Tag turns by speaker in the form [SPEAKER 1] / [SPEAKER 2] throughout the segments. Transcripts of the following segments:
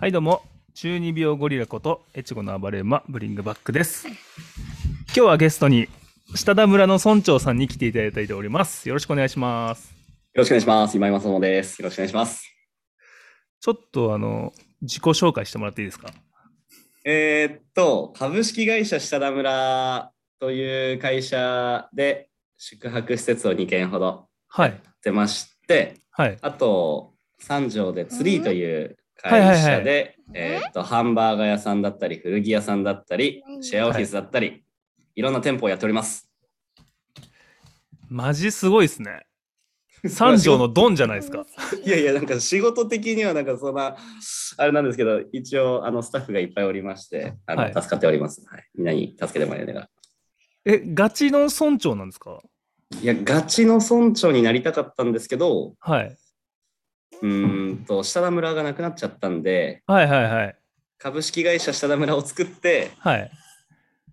[SPEAKER 1] はいどうも中二病ゴリラこと越後の暴れ馬ブリングバックです今日はゲストに下田村の村長さんに来ていただいておりますよろしくお願いします
[SPEAKER 2] よろしくお願いします。今井正野です。よろしくお願いします。
[SPEAKER 1] ちょっとあの自己紹介してもらっていいですか
[SPEAKER 2] えーっと、株式会社下田村という会社で宿泊施設を2軒ほど
[SPEAKER 1] はい
[SPEAKER 2] やってまして、
[SPEAKER 1] はい
[SPEAKER 2] あと、三条でツリーという
[SPEAKER 1] はいは
[SPEAKER 2] 会
[SPEAKER 1] いは
[SPEAKER 2] 社
[SPEAKER 1] い
[SPEAKER 2] で、えーっと、ハンバーガー屋さんだったり、古着屋さんだったり、シェアオフィスだったり、い、ろんな店舗をやっております。
[SPEAKER 1] マジすごいです ね三条のドンじゃないですか
[SPEAKER 2] いやいや、なんか仕事的にはなんかそんな、あれなんですけど、一応、あの、スタッフがいっぱいおりまして、あの、
[SPEAKER 1] はい
[SPEAKER 2] 助かっております。はい。みんなに助けてもらいながら。
[SPEAKER 1] えガチの村長なんですか
[SPEAKER 2] いや、ガチの村長になりたかったんですけど、
[SPEAKER 1] はい、
[SPEAKER 2] うーんと、下田村がなくなっちゃったんで、
[SPEAKER 1] はいはいはい
[SPEAKER 2] 株式会社下田村を作って、
[SPEAKER 1] はい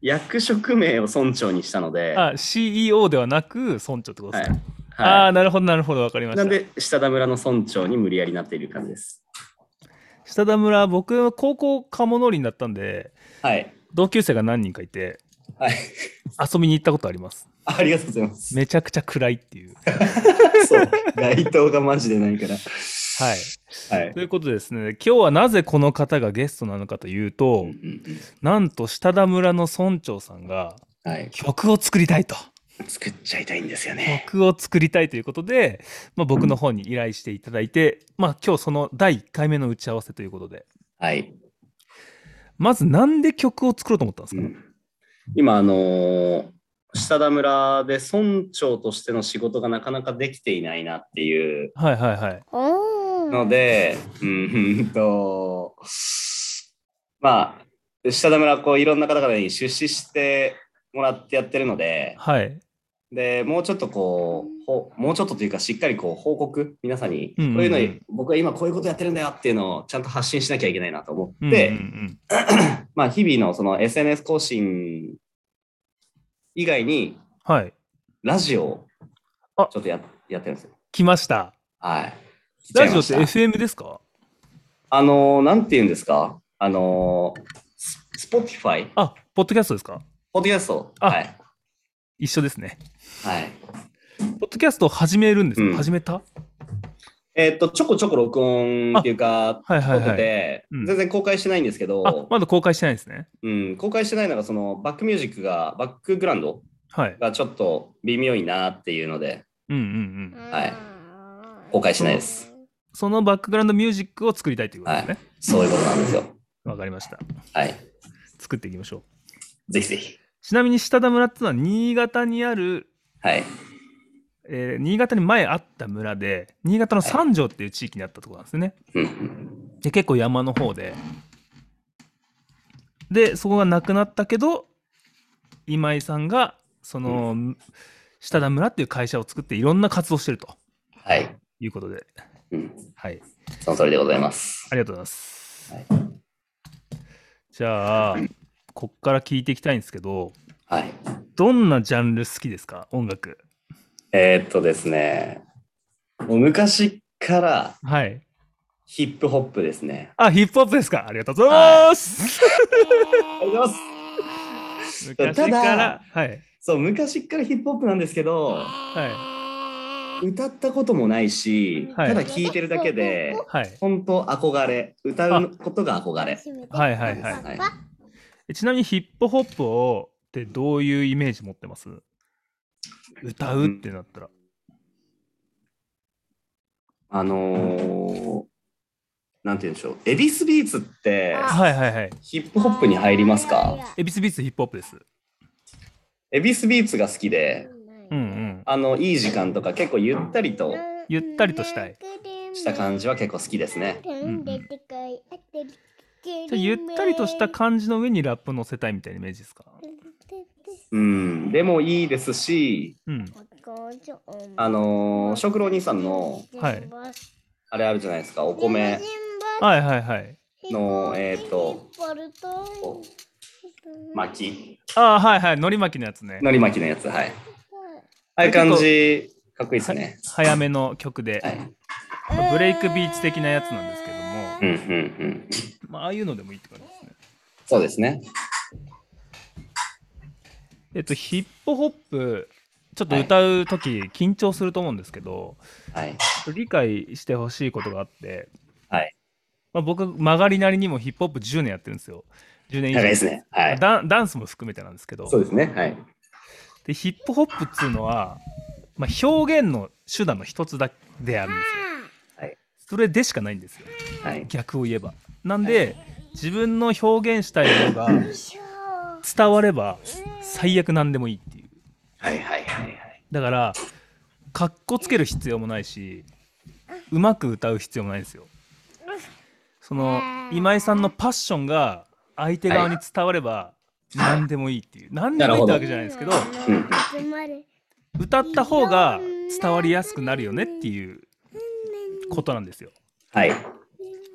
[SPEAKER 2] 役職名を村長にしたので、
[SPEAKER 1] あ CEO ではなく村長ってことですね、あ
[SPEAKER 2] は
[SPEAKER 1] あなるほどなるほどわかりま
[SPEAKER 2] い、
[SPEAKER 1] した
[SPEAKER 2] なんで、下田村の村長に無理やりなっている感じです。
[SPEAKER 1] 下田村僕高校鴨乗りになったんで
[SPEAKER 2] はい。
[SPEAKER 1] 同級生が何人かいて
[SPEAKER 2] はい。
[SPEAKER 1] 遊びに行ったことあります
[SPEAKER 2] ありがとうござ います。
[SPEAKER 1] めちゃくちゃ暗いっていう
[SPEAKER 2] そう。街灯がマジでないから。
[SPEAKER 1] はい
[SPEAKER 2] はい
[SPEAKER 1] と。いうことでですね今日はなぜこの方がゲストなのかというと、
[SPEAKER 2] うんうん
[SPEAKER 1] なんと下田村の村長さんが
[SPEAKER 2] うんはい。
[SPEAKER 1] 曲を作りたいと
[SPEAKER 2] 作っちゃいたいんですよね。
[SPEAKER 1] 曲を作りたいということで、まあ、僕の方に依頼していただいて、まあ、今日その第1回目の打ち合わせということで
[SPEAKER 2] はい。
[SPEAKER 1] まずなんで曲を作ろうと思ったんですか、
[SPEAKER 2] 今あのー下田村で村長としての仕事がなかなかできていないなっていう
[SPEAKER 1] はいはいはい
[SPEAKER 2] のでうんうんとまあ下田村こういろんな方々に出資してもらってやってるので
[SPEAKER 1] はい
[SPEAKER 2] でもうちょっとこうほもうちょっとというかしっかりこう報告皆さんに、
[SPEAKER 1] うんうんうん
[SPEAKER 2] こういうのに僕は今こういうことやってるんだよっていうのをちゃんと発信しなきゃいけないなと思
[SPEAKER 1] うんうん
[SPEAKER 2] っ
[SPEAKER 1] う
[SPEAKER 2] て、
[SPEAKER 1] ん
[SPEAKER 2] まあ、日々のその SNS 更新以外に
[SPEAKER 1] はい
[SPEAKER 2] ラジオを
[SPEAKER 1] あ
[SPEAKER 2] ちょっとややってるんですよ。
[SPEAKER 1] 来ました
[SPEAKER 2] はい。来ちゃ
[SPEAKER 1] ラ
[SPEAKER 2] い
[SPEAKER 1] ジオ
[SPEAKER 2] ま
[SPEAKER 1] っ
[SPEAKER 2] してた
[SPEAKER 1] FM ですか
[SPEAKER 2] あのーなんて言うんですかあのー、ススポティファイ
[SPEAKER 1] あ、ポッドキャストですか
[SPEAKER 2] ポッドキャスト
[SPEAKER 1] あ
[SPEAKER 2] はい。
[SPEAKER 1] 一緒ですね。
[SPEAKER 2] はい。
[SPEAKER 1] ポッドキャストを始めるんですか、
[SPEAKER 2] うん
[SPEAKER 1] 始めた
[SPEAKER 2] えーっと、ちょこちょこ録音っていうか、
[SPEAKER 1] はいは
[SPEAKER 2] 撮
[SPEAKER 1] い
[SPEAKER 2] って
[SPEAKER 1] はい。
[SPEAKER 2] て、
[SPEAKER 1] うん
[SPEAKER 2] 全然公開してないんですけ
[SPEAKER 1] あ
[SPEAKER 2] ど、、
[SPEAKER 1] まだ公開してないですね。
[SPEAKER 2] うん、公開してないのが、そのバックミュージックが、バックグラウンド
[SPEAKER 1] はい。
[SPEAKER 2] がちょっと微妙いなっていうので、
[SPEAKER 1] うんうんうん。
[SPEAKER 2] はい
[SPEAKER 3] 公開しないです。
[SPEAKER 1] そのバックグラウンドミュージックを作りたいということですね。
[SPEAKER 2] そういうことなんですよ。
[SPEAKER 1] わ、かりました。
[SPEAKER 2] はい。
[SPEAKER 1] 作っていきましょう。
[SPEAKER 2] ぜひぜひ。
[SPEAKER 1] ちなみに下田村ってのは新潟にある、
[SPEAKER 2] はい。
[SPEAKER 1] えー新潟に前あった村で、新潟の三条っていう地域にあったところなんですね。
[SPEAKER 2] うんうん。
[SPEAKER 1] で、結構山の方で。で、そこがなくなったけど、今井さんが、その、下田村っていう会社を作っていろんな活動してると
[SPEAKER 2] はい。
[SPEAKER 1] いうことで、
[SPEAKER 2] うん。
[SPEAKER 1] はい。
[SPEAKER 2] その通りでございます。
[SPEAKER 1] ありがとうございます。
[SPEAKER 2] はい
[SPEAKER 1] じゃあ、こっから聞いていきたいんですけど、
[SPEAKER 2] はい。
[SPEAKER 1] どんなジャンル好きですか音楽。
[SPEAKER 2] えーっとですね、もう昔から
[SPEAKER 1] はい。
[SPEAKER 2] ヒップホップですね。
[SPEAKER 1] あ、ヒップホップですかありがとうございます、
[SPEAKER 2] ありがとうござい
[SPEAKER 1] 昔か
[SPEAKER 2] た
[SPEAKER 1] ら
[SPEAKER 2] だ、
[SPEAKER 1] はい。
[SPEAKER 2] そう、昔からヒップホップなんですけど、
[SPEAKER 1] は
[SPEAKER 2] 歌ったこともないし、
[SPEAKER 1] はい
[SPEAKER 2] ただ聴いてるだけで、
[SPEAKER 1] い。はい。
[SPEAKER 2] 本当憧れ、歌うことが憧れ。
[SPEAKER 1] はいはいはい
[SPEAKER 2] はい
[SPEAKER 1] えちなみにヒップホップをってどういうイメージ持ってます歌うってなったら。
[SPEAKER 2] あのー、なんて言うんでしょう、エビスビーツって
[SPEAKER 3] あ
[SPEAKER 1] はいはいはい。
[SPEAKER 2] ヒップホップに入りますか
[SPEAKER 1] エビスビーツヒップホップです。
[SPEAKER 2] エビスビーツが好きで、
[SPEAKER 1] うんうん。
[SPEAKER 2] あの、いい時間とか結構ゆったりと
[SPEAKER 1] ゆったりとしたい。
[SPEAKER 2] した感じは結構好きですね。
[SPEAKER 1] うんうんじゃあゆったりとした感じの上にラップ乗せたいみたいなイメージですか
[SPEAKER 2] うん、でもいいですし、
[SPEAKER 1] うん。
[SPEAKER 2] あのー、食郎兄さんの、
[SPEAKER 1] はい
[SPEAKER 2] あれあるじゃないですか、お米
[SPEAKER 1] はいはいはい。
[SPEAKER 2] の、えっ、と、こう巻き、
[SPEAKER 1] ああ、はいはい。海苔巻きのやつね。
[SPEAKER 2] 海苔巻きのやつ、はい。ああいう感じ、かっこいいですね。
[SPEAKER 1] 早めの曲で、
[SPEAKER 2] はい。
[SPEAKER 1] ブレイクビーチ的なやつなんですけども、
[SPEAKER 2] うんうんうん。
[SPEAKER 1] まあ、ああいうのでもいいって感じですね。
[SPEAKER 2] そうですね。
[SPEAKER 1] えっと、ヒップホップ、ちょっと歌うとき、緊張すると思うんですけど、
[SPEAKER 2] はい。
[SPEAKER 1] 理解してほしいことがあって、
[SPEAKER 2] はい。
[SPEAKER 1] まあ、僕、曲がりなりにもヒップホップ10年やってるんですよ。10年以
[SPEAKER 2] 長
[SPEAKER 1] 上。
[SPEAKER 2] いですね。はい。
[SPEAKER 1] ダンダンスも含めてなんですけど
[SPEAKER 2] そうですね。はい。
[SPEAKER 1] でヒップホップっつうのは、まあ、表現の手段の一つだであるんですよそれでしかないんですよ
[SPEAKER 2] はい。
[SPEAKER 1] 逆を言えばなんで自分の表現したいものが伝われば最悪何でもいいっていう
[SPEAKER 2] はいはいはいはい。
[SPEAKER 1] だからかっこつける必要もないしうまく歌う必要もないんですよその今井さんのパッションが相手側に伝われば何でもいいっていう何でもいいってわけじゃないですけど
[SPEAKER 2] うん
[SPEAKER 1] 歌った方が伝わりやすくなるよねっていうことなんですよ。
[SPEAKER 2] はい。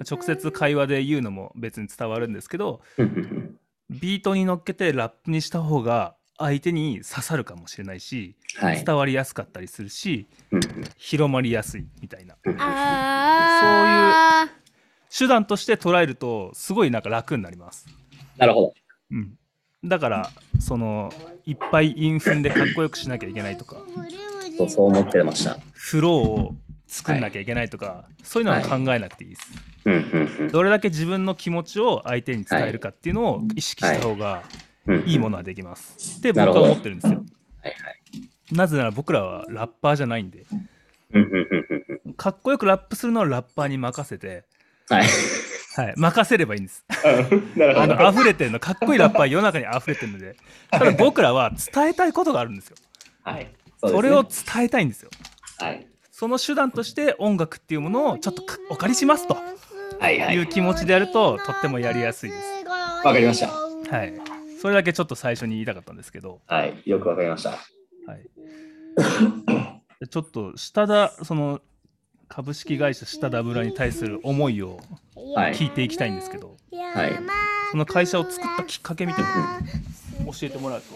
[SPEAKER 1] 直接会話で言うのも別に伝わるんですけど
[SPEAKER 2] うんうんうん
[SPEAKER 1] ビートに乗っけてラップにした方が相手に刺さるかもしれないし
[SPEAKER 2] はい。
[SPEAKER 1] 伝わりやすかったりするし
[SPEAKER 2] うんうん
[SPEAKER 1] 広まりやすいみたいな
[SPEAKER 3] あ
[SPEAKER 1] 手段として捉えるとすごいなんか楽になります。
[SPEAKER 2] なるほ
[SPEAKER 1] うん、だからそのいっぱい韻踏んでかっこよくしなきゃいけないとか
[SPEAKER 3] ー
[SPEAKER 2] ど。そうそう思ってました。
[SPEAKER 1] フローを作んなきゃいけないとか、そういうのは考えなくていいです。
[SPEAKER 2] うんうん
[SPEAKER 1] どれだけ自分の気持ちを相手に伝えるかっていうのを意識した方が
[SPEAKER 2] うんうん。
[SPEAKER 1] いいものはできますって僕
[SPEAKER 2] なるほ
[SPEAKER 1] は
[SPEAKER 2] ど
[SPEAKER 1] 思ってるんですよ。
[SPEAKER 2] はいはい。
[SPEAKER 1] なぜなら僕らはラッパーじゃないんで
[SPEAKER 2] うんうんうんうんうん。
[SPEAKER 1] かっこよくラップするのはラッパーに任せて、
[SPEAKER 2] はい。
[SPEAKER 1] はい、任せればいいん です。
[SPEAKER 2] なる
[SPEAKER 1] あ
[SPEAKER 2] ほど。
[SPEAKER 1] の溢れてるのかっこいいラッパー世の中に溢れてるのでただ僕らは伝えたいことがあるんですよ。
[SPEAKER 2] はい。うですね
[SPEAKER 1] それを伝えたいんですよ。
[SPEAKER 2] はい。
[SPEAKER 1] その手段として音楽っていうものをちょっとかお借りしますと
[SPEAKER 2] はいはい
[SPEAKER 1] いう気持ちでやるととってもやりやすいです。
[SPEAKER 3] わ
[SPEAKER 2] かりました
[SPEAKER 1] はい、それだけちょっと最初に言いたかったんですけど。
[SPEAKER 2] はい。よくわかりました。
[SPEAKER 1] はい、でちょっと下田その株式会社下田村に対する思いを
[SPEAKER 2] はい
[SPEAKER 1] 聞いていきたいんですけど、
[SPEAKER 2] はい
[SPEAKER 1] その会社を作ったきっかけみたいなのを教えてもらうと、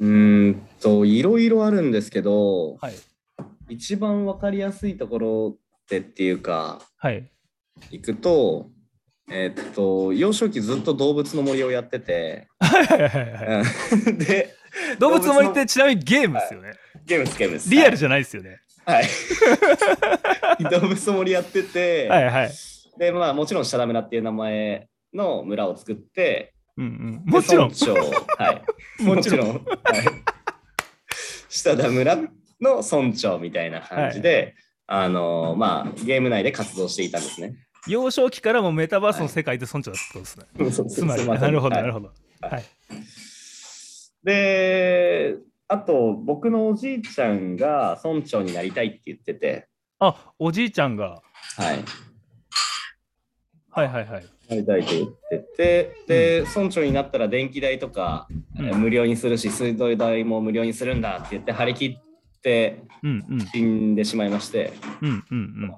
[SPEAKER 2] うーんといろいろあるんですけど、
[SPEAKER 1] はい
[SPEAKER 2] 一番わかりやすいところでっていうか
[SPEAKER 1] はい
[SPEAKER 2] 行くとえっと幼少期ずっと動物の森をやってて、
[SPEAKER 1] はいはいはいはい
[SPEAKER 2] うん で
[SPEAKER 1] 動物の森ってちなみにゲームですよね、
[SPEAKER 2] ゲームですゲームです
[SPEAKER 1] リアル
[SPEAKER 2] じ
[SPEAKER 1] じゃないですよね
[SPEAKER 2] ゃはい 動物の森やってて、
[SPEAKER 1] はいはい、
[SPEAKER 2] でまあもちろん下田村っていう名前の村を作って
[SPEAKER 1] うんうん、
[SPEAKER 2] で
[SPEAKER 1] もちろん
[SPEAKER 2] 村長はい
[SPEAKER 1] も
[SPEAKER 2] も
[SPEAKER 1] ち
[SPEAKER 2] ち
[SPEAKER 1] ろ
[SPEAKER 2] ろ
[SPEAKER 1] ん
[SPEAKER 2] ん、はい、下田村の村長みたいな感じで、あのーまあゲーム内で活動していたんですね。
[SPEAKER 1] 幼少期からもうメタバースの世界で村長だったことですね、つまり
[SPEAKER 2] すいせん
[SPEAKER 1] なるほど
[SPEAKER 2] はい
[SPEAKER 1] なるほどはい
[SPEAKER 2] であと僕のおじいちゃんが村長になりたいって言ってて、
[SPEAKER 1] あおじいちゃんが
[SPEAKER 2] はい、
[SPEAKER 1] はいはいはい、
[SPEAKER 2] なりたいって言っててで村長になったら電気代とか、
[SPEAKER 1] うん
[SPEAKER 2] え無料にするし水道代も無料にするんだって言って張り切って
[SPEAKER 1] うんうん
[SPEAKER 2] 死んでしまいまして。
[SPEAKER 1] うんうん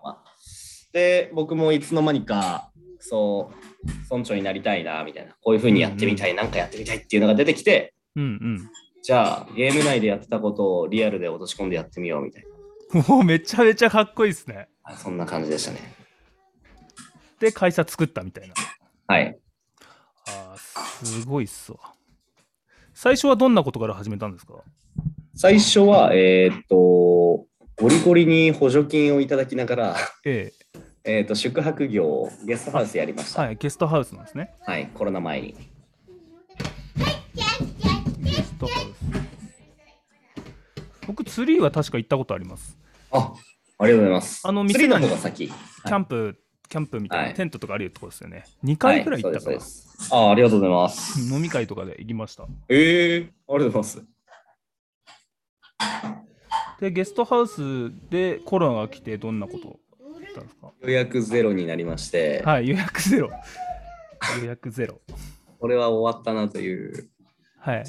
[SPEAKER 2] で僕もいつの間にかそう村長になりたいなみたいなこういうふうにやってみたい、なんかやってみたいっていうのが出てきて
[SPEAKER 1] うんうん
[SPEAKER 2] じゃあゲーム内でやってたことをリアルで落とし込んでやってみようみたい
[SPEAKER 1] うんもうめちゃめちゃかっこいいですね
[SPEAKER 2] なそんな感じでしたね
[SPEAKER 1] で会社作ったみたいな
[SPEAKER 2] はい
[SPEAKER 1] あーすごいっすわ最初はどんなことから始めたんですか
[SPEAKER 2] 最初はえーっとゴリゴリに補助金をいただきなが ら、
[SPEAKER 1] ええ
[SPEAKER 2] えーっと宿泊業をゲストハウスやりました。
[SPEAKER 1] はいゲストハウスなんですね
[SPEAKER 2] はい、コロナ前に。
[SPEAKER 1] ゲストハウス僕ツリーは確か行ったことあります
[SPEAKER 2] あありがとうございます。
[SPEAKER 1] あの
[SPEAKER 2] 次
[SPEAKER 1] 店
[SPEAKER 2] の
[SPEAKER 1] 内に
[SPEAKER 2] 方が先。
[SPEAKER 1] キャンプ、キャンプみたい
[SPEAKER 2] は
[SPEAKER 1] ないテントとかあるとこですよね、2回くらい行ったか
[SPEAKER 2] は
[SPEAKER 1] ら、
[SPEAKER 2] いそうですそうですあありがとうございます。
[SPEAKER 1] 飲み会とかで行きました
[SPEAKER 2] ええありがとうございます。
[SPEAKER 1] でゲストハウスでコロナが来てどんなことだったんですか
[SPEAKER 2] 予約ゼロになりまして、
[SPEAKER 1] はい予約ゼロ予約ゼロ
[SPEAKER 2] これは終わったなという
[SPEAKER 1] はい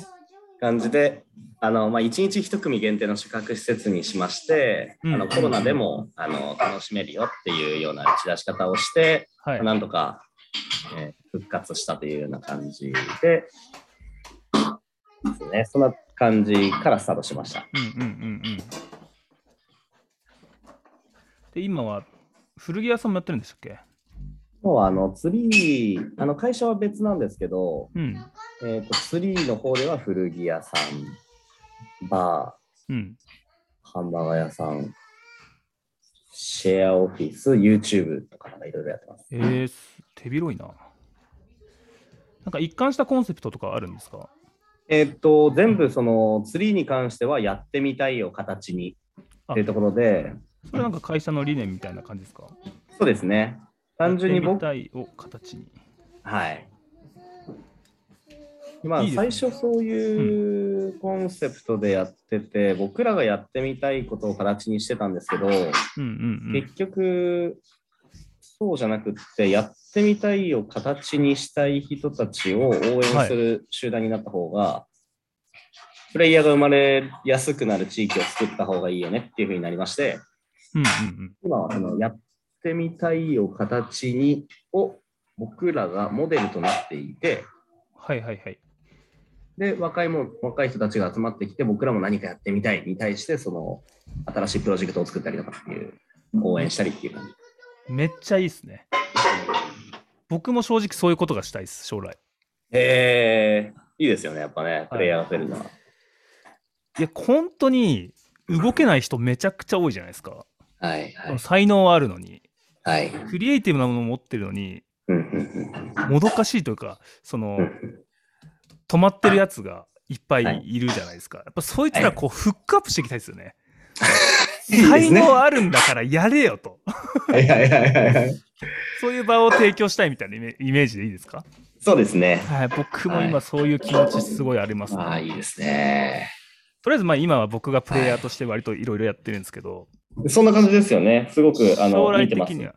[SPEAKER 2] 感じで、あのまあ、1日1組限定の宿泊施設にしまして、
[SPEAKER 1] うん
[SPEAKER 2] あのコロナでもあの楽しめるよっていうような打ち出し方をして、
[SPEAKER 1] はい
[SPEAKER 2] なんとか、えー復活したというような感じで、ですね、そんな感じからスタートしました。
[SPEAKER 1] うんうんうんうん。で、今は古着屋さんもやってるんでしたっけ
[SPEAKER 2] 今日はあのツリー、あの会社は別なんですけど、
[SPEAKER 1] うん
[SPEAKER 2] えー、とツリーの方では古着屋さん、バ
[SPEAKER 1] うん
[SPEAKER 2] ー、ハンバーガー屋さん、シェアオフィス、YouTube とかなんかいろいろやってます。
[SPEAKER 1] えー、す手広いななんか一貫したコンセプトとかあるんですか
[SPEAKER 2] えっと、全部そのツリーに関してはやってみたいを形に
[SPEAKER 1] あ
[SPEAKER 2] っていうところで、
[SPEAKER 1] それなんか会社の理念みたいな感じですか
[SPEAKER 2] そうですね。単純に
[SPEAKER 1] やってみ
[SPEAKER 2] 僕、
[SPEAKER 1] たいを形に
[SPEAKER 2] はい。まあ
[SPEAKER 1] いいです
[SPEAKER 2] 最
[SPEAKER 1] ね
[SPEAKER 2] 初そういううコンセプトでやってて、僕らがやってみたいことを形にしてたんですけど、
[SPEAKER 1] うんうんうん
[SPEAKER 2] 結局、そうじゃなくって、やってみたいを形にしたい人たちを応援する集団になった方が、プレイヤーが生まれやすくなる地域を作った方がいいよねっていうふうになりまして、
[SPEAKER 1] うんうん
[SPEAKER 2] 今はそのやってみたいを形にを僕らがモデルとなっていて、
[SPEAKER 1] はいはいはい
[SPEAKER 2] で、若いもん若い人たちが集まってきて、僕らも何かやってみたいに対して、その新しいプロジェクトを作ったりとかっていう、応援したりっていう感じ。
[SPEAKER 1] めっちゃいいっすね僕も正直そういうことがしたいです将来
[SPEAKER 2] へえ、いいですよね、やっぱね、プレイヤーが増えるのは。
[SPEAKER 1] いや本当に動けない人めちゃくちゃ多いじゃないですか、
[SPEAKER 2] はい、は
[SPEAKER 1] その。才能はあるのに
[SPEAKER 2] はい。
[SPEAKER 1] クリエイティブなものを持ってるのに
[SPEAKER 2] うんうん
[SPEAKER 1] もどかしいというかその
[SPEAKER 2] うんうん
[SPEAKER 1] 止まってるやつがいっぱ
[SPEAKER 2] はいい
[SPEAKER 1] いるじゃないですか、やっぱそいつらこうフックアップしていきたいですよね、
[SPEAKER 2] いいです
[SPEAKER 1] 才
[SPEAKER 2] ね
[SPEAKER 1] 能あるんだからやれよと
[SPEAKER 2] はいはいはいはいはい。
[SPEAKER 1] そういう場を提供したいみたいなイメイメージでいいですか
[SPEAKER 2] そうですね。
[SPEAKER 1] はい僕も
[SPEAKER 2] は
[SPEAKER 1] 今
[SPEAKER 2] い
[SPEAKER 1] そういう気持ちすごいあります、ね
[SPEAKER 2] ああ、いいですね。
[SPEAKER 1] とりあえずまあ今は僕がプレイヤーとして割といろいろやってるんですけど、
[SPEAKER 2] そんな感じですよね。すごく、
[SPEAKER 1] 将
[SPEAKER 2] あの、
[SPEAKER 1] 来
[SPEAKER 2] 見てま
[SPEAKER 1] 的
[SPEAKER 2] す
[SPEAKER 1] に。は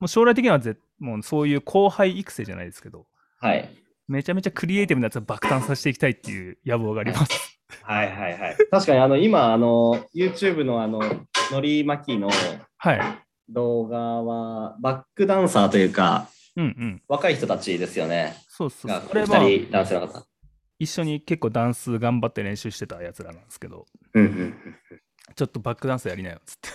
[SPEAKER 1] もう将来的にはぜもうそういう後輩育成じゃないですけど
[SPEAKER 2] はい。
[SPEAKER 1] めちゃめちゃクリエイティブなやつを爆誕させていきたいっていう野望があり ます。
[SPEAKER 2] はいはいはい。確かにあの今あの YouTube のあののりまきの
[SPEAKER 1] はい。
[SPEAKER 2] 動画はバックダンサーというか
[SPEAKER 1] うんうん。
[SPEAKER 2] 若い人たちですよね。
[SPEAKER 1] そうそうそ
[SPEAKER 2] が
[SPEAKER 1] う。これ
[SPEAKER 2] 二
[SPEAKER 1] は
[SPEAKER 2] 人男性の方。
[SPEAKER 1] 一緒に結構ダンス頑張って練習してたやつらなんですけど、
[SPEAKER 2] うんうん。
[SPEAKER 1] ちょっとバックダンスやりなよっつって。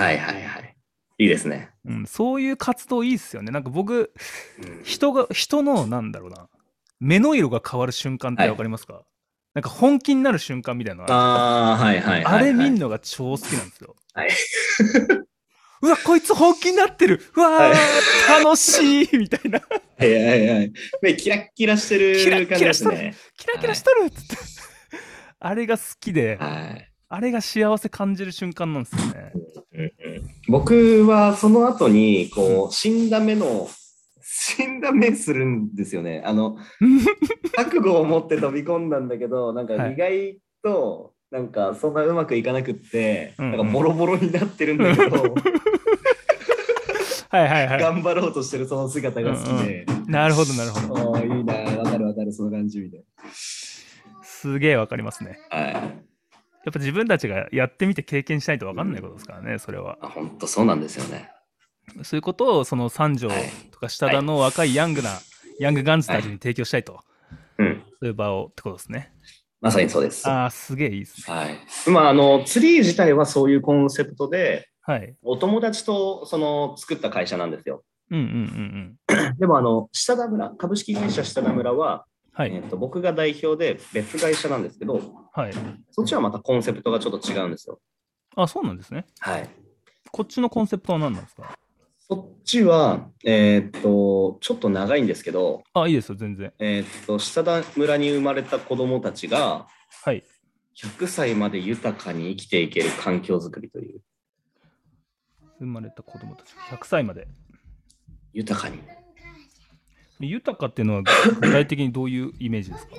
[SPEAKER 2] はいはいはい。いいですね。
[SPEAKER 1] うん、そういう活動いいっすよね。なんか僕、
[SPEAKER 2] うん
[SPEAKER 1] 人が、人の、なんだろうな、目の色が変わる瞬間ってわかりますか、なんか本気になる瞬間みたいなのある
[SPEAKER 2] ああはいはいはい、はい。
[SPEAKER 1] あれ見ん
[SPEAKER 2] な。
[SPEAKER 1] のが超好きなんですよ。
[SPEAKER 2] はい
[SPEAKER 1] うわ、こいつ本気になってるうわー、楽しいみた いな。
[SPEAKER 2] はいはいはい。目キラッキラしてる感じです
[SPEAKER 1] キラッキラ
[SPEAKER 2] ね。
[SPEAKER 1] キラキラしとるっつって。あれが好きで、
[SPEAKER 2] はい。
[SPEAKER 1] あれが幸せ感じる瞬間なんですよね。
[SPEAKER 2] 僕はその後にこう死んだ目の死んだ目するんですよね。あの覚悟を持って飛び込んだんだけどなんか
[SPEAKER 1] はい
[SPEAKER 2] 意外となんかそんなうまくいかなくって、
[SPEAKER 1] うんうん
[SPEAKER 2] なんかボロボロになってるんだけど
[SPEAKER 1] はいはいは
[SPEAKER 2] 頑張ろうとしてるその姿が好きで、
[SPEAKER 1] い。なるほどなるほど。
[SPEAKER 2] おーいいなわかるわかるその感じみたい
[SPEAKER 1] すげえわかりますね。
[SPEAKER 2] な。はい
[SPEAKER 1] やっぱ自分たちがやってみて経験しないとわかんないことですからね、それは。
[SPEAKER 2] あ本当そうなんですよね。
[SPEAKER 1] そういうことをその三条
[SPEAKER 2] はい
[SPEAKER 1] とか下田の若いヤングな、ヤングガンズたちに提供したいと、
[SPEAKER 2] うん
[SPEAKER 1] そういう場をってことですね。
[SPEAKER 2] まさにそうです。は
[SPEAKER 1] ああ、すげえいいですね。
[SPEAKER 2] い。まああのツリー自体はそういうコンセプトで
[SPEAKER 1] はい。
[SPEAKER 2] お友達とその作った会社なんですよ。
[SPEAKER 1] うんうんうんうん。
[SPEAKER 2] でもあの下田村株式会社下田村は、
[SPEAKER 1] は
[SPEAKER 2] え
[SPEAKER 1] い。
[SPEAKER 2] っと僕が代表で別会社なんですけど。
[SPEAKER 1] はい。
[SPEAKER 2] そっちはまたコンセプトがちょっと違うんですよ。
[SPEAKER 1] あ、そうなんですね。
[SPEAKER 2] はい。
[SPEAKER 1] こっちのコンセプトは何なんですか
[SPEAKER 2] そっちは、えーっと、ちょっと長いんですけど、
[SPEAKER 1] あ、いいですよ、全然。
[SPEAKER 2] えーっと、下田村に生まれた子供たちが、
[SPEAKER 1] はい。
[SPEAKER 2] 100歳まで豊かに生きていける環境づくりという、
[SPEAKER 1] 生まれた子供たち、100歳まで。
[SPEAKER 2] 豊かに。
[SPEAKER 1] 豊かっていうのは具体的にどういうイメージですか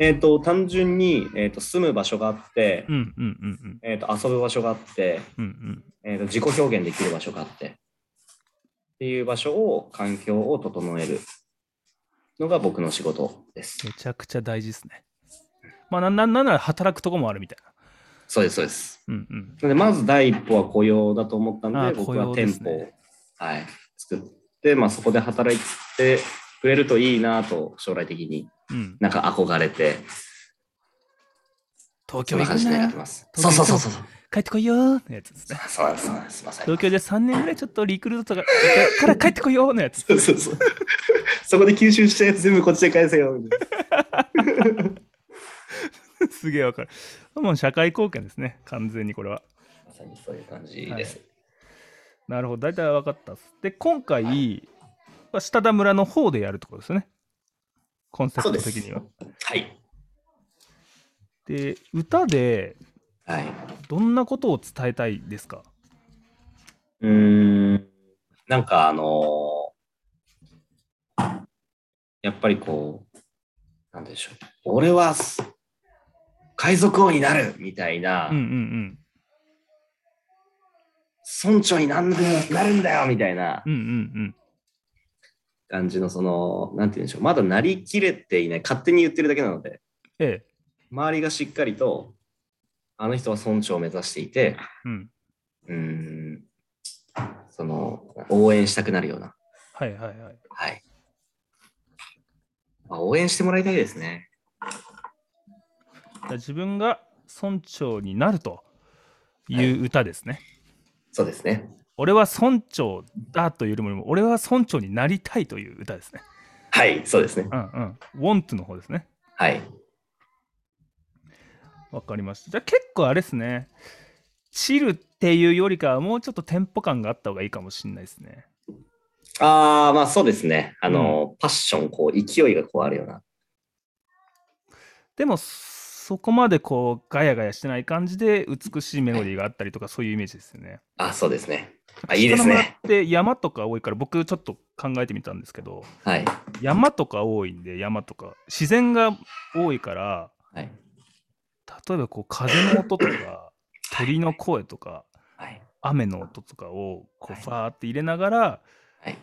[SPEAKER 2] えーっと、単純に、えーっと、住む場所があって、
[SPEAKER 1] うんうんうんうん
[SPEAKER 2] えーっと、遊ぶ場所があって、
[SPEAKER 1] うんうん。
[SPEAKER 2] えーっと、自己表現できる場所があって、っていう場所を、環境を整えるのが僕の仕事です。
[SPEAKER 1] めちゃくちゃ大事ですね。まあ、なんなんなんなら働くとこもあるみたい
[SPEAKER 2] そうです、そうです。
[SPEAKER 1] な。うんうん。
[SPEAKER 2] なので、まず第一歩は雇用だと思った
[SPEAKER 1] あ
[SPEAKER 2] の
[SPEAKER 1] あ
[SPEAKER 2] で、僕は
[SPEAKER 1] 雇用で
[SPEAKER 2] 店
[SPEAKER 1] す
[SPEAKER 2] 舗
[SPEAKER 1] ね
[SPEAKER 2] を、はい、作って、まあ、そこで働いてくれるといいなと、将来的に
[SPEAKER 1] うん、
[SPEAKER 2] なんか憧れて、
[SPEAKER 1] 東
[SPEAKER 2] そ
[SPEAKER 1] 京
[SPEAKER 2] んな
[SPEAKER 1] 行
[SPEAKER 2] 感じ
[SPEAKER 1] く
[SPEAKER 2] でやっ
[SPEAKER 1] な
[SPEAKER 2] て。ます。
[SPEAKER 1] 東京
[SPEAKER 2] そうそうそうそう。
[SPEAKER 1] 帰ってこいよーのやつですね。
[SPEAKER 2] そうなんです、そうなんです。まさに
[SPEAKER 1] 東。京で3年ぐらいちょっとリクルートとかから帰ってこいよーのやつ。
[SPEAKER 2] そうそうそう。そこで吸収したやつ全部こっちで返せよ。みたいな
[SPEAKER 1] すげえわかる。もう社会貢献ですね、完全にこれは。
[SPEAKER 2] まさにそういう感じです。
[SPEAKER 1] なるほど、大体わかったっす。で、今回、まあ下田村の方でやるってことですよね。コンセプ
[SPEAKER 2] そう
[SPEAKER 1] ト
[SPEAKER 2] で
[SPEAKER 1] 的
[SPEAKER 2] す。
[SPEAKER 1] には。
[SPEAKER 2] はい。
[SPEAKER 1] で歌で
[SPEAKER 2] はい。
[SPEAKER 1] どんなことを伝えたいですか
[SPEAKER 2] うーん。なんかあのーやっぱりこう、なんでしょう。俺はす海賊王になるみたいな、
[SPEAKER 1] うんうん
[SPEAKER 2] 村長になんでなるんだよみたいな
[SPEAKER 1] うん。うんうん
[SPEAKER 2] 感じの、その、なんて言うんでしょう。まだなりきれていない。勝手に言ってるだけなので、
[SPEAKER 1] うん。ええ。
[SPEAKER 2] 周りがしっかりと、あの人は村長を目指していて、
[SPEAKER 1] うん。
[SPEAKER 2] うーん、その、応援したくなるような。
[SPEAKER 1] はいはいはい。
[SPEAKER 2] はい。まあ、応援してもらいたいですね。
[SPEAKER 1] じゃあ自分が村長になるという歌ですね。
[SPEAKER 2] そうですね。
[SPEAKER 1] 俺は村長だというよりも、俺は村長になりたいという歌ですね。
[SPEAKER 2] はい、そうですね。
[SPEAKER 1] うんうん。want の方ですね。
[SPEAKER 2] はい。
[SPEAKER 1] わかりました。じゃあ結構あれですね。チルっていうよりかはもうちょっとテンポ感があった方がいいかもしれないですね。
[SPEAKER 2] ああ、まあそうですね。あの、パッション、こう、勢いがこうあるような。
[SPEAKER 1] でもそこまでこうガヤガヤしてない感じで美しいメロディーがあったりとかそういうイメージですよね。
[SPEAKER 2] あそうですね。あ
[SPEAKER 1] なんか
[SPEAKER 2] いいです
[SPEAKER 1] 下の
[SPEAKER 2] ね
[SPEAKER 1] 村って山とか多いから僕ちょっと考えてみたんですけど
[SPEAKER 2] はい。
[SPEAKER 1] 山とか多いんで山とか自然が多いから
[SPEAKER 2] はい。
[SPEAKER 1] 例えばこう風の音とか鳥の声とか
[SPEAKER 2] はい。
[SPEAKER 1] 雨の音とかをこ
[SPEAKER 2] はいう
[SPEAKER 1] ファーって入れながら
[SPEAKER 2] はい。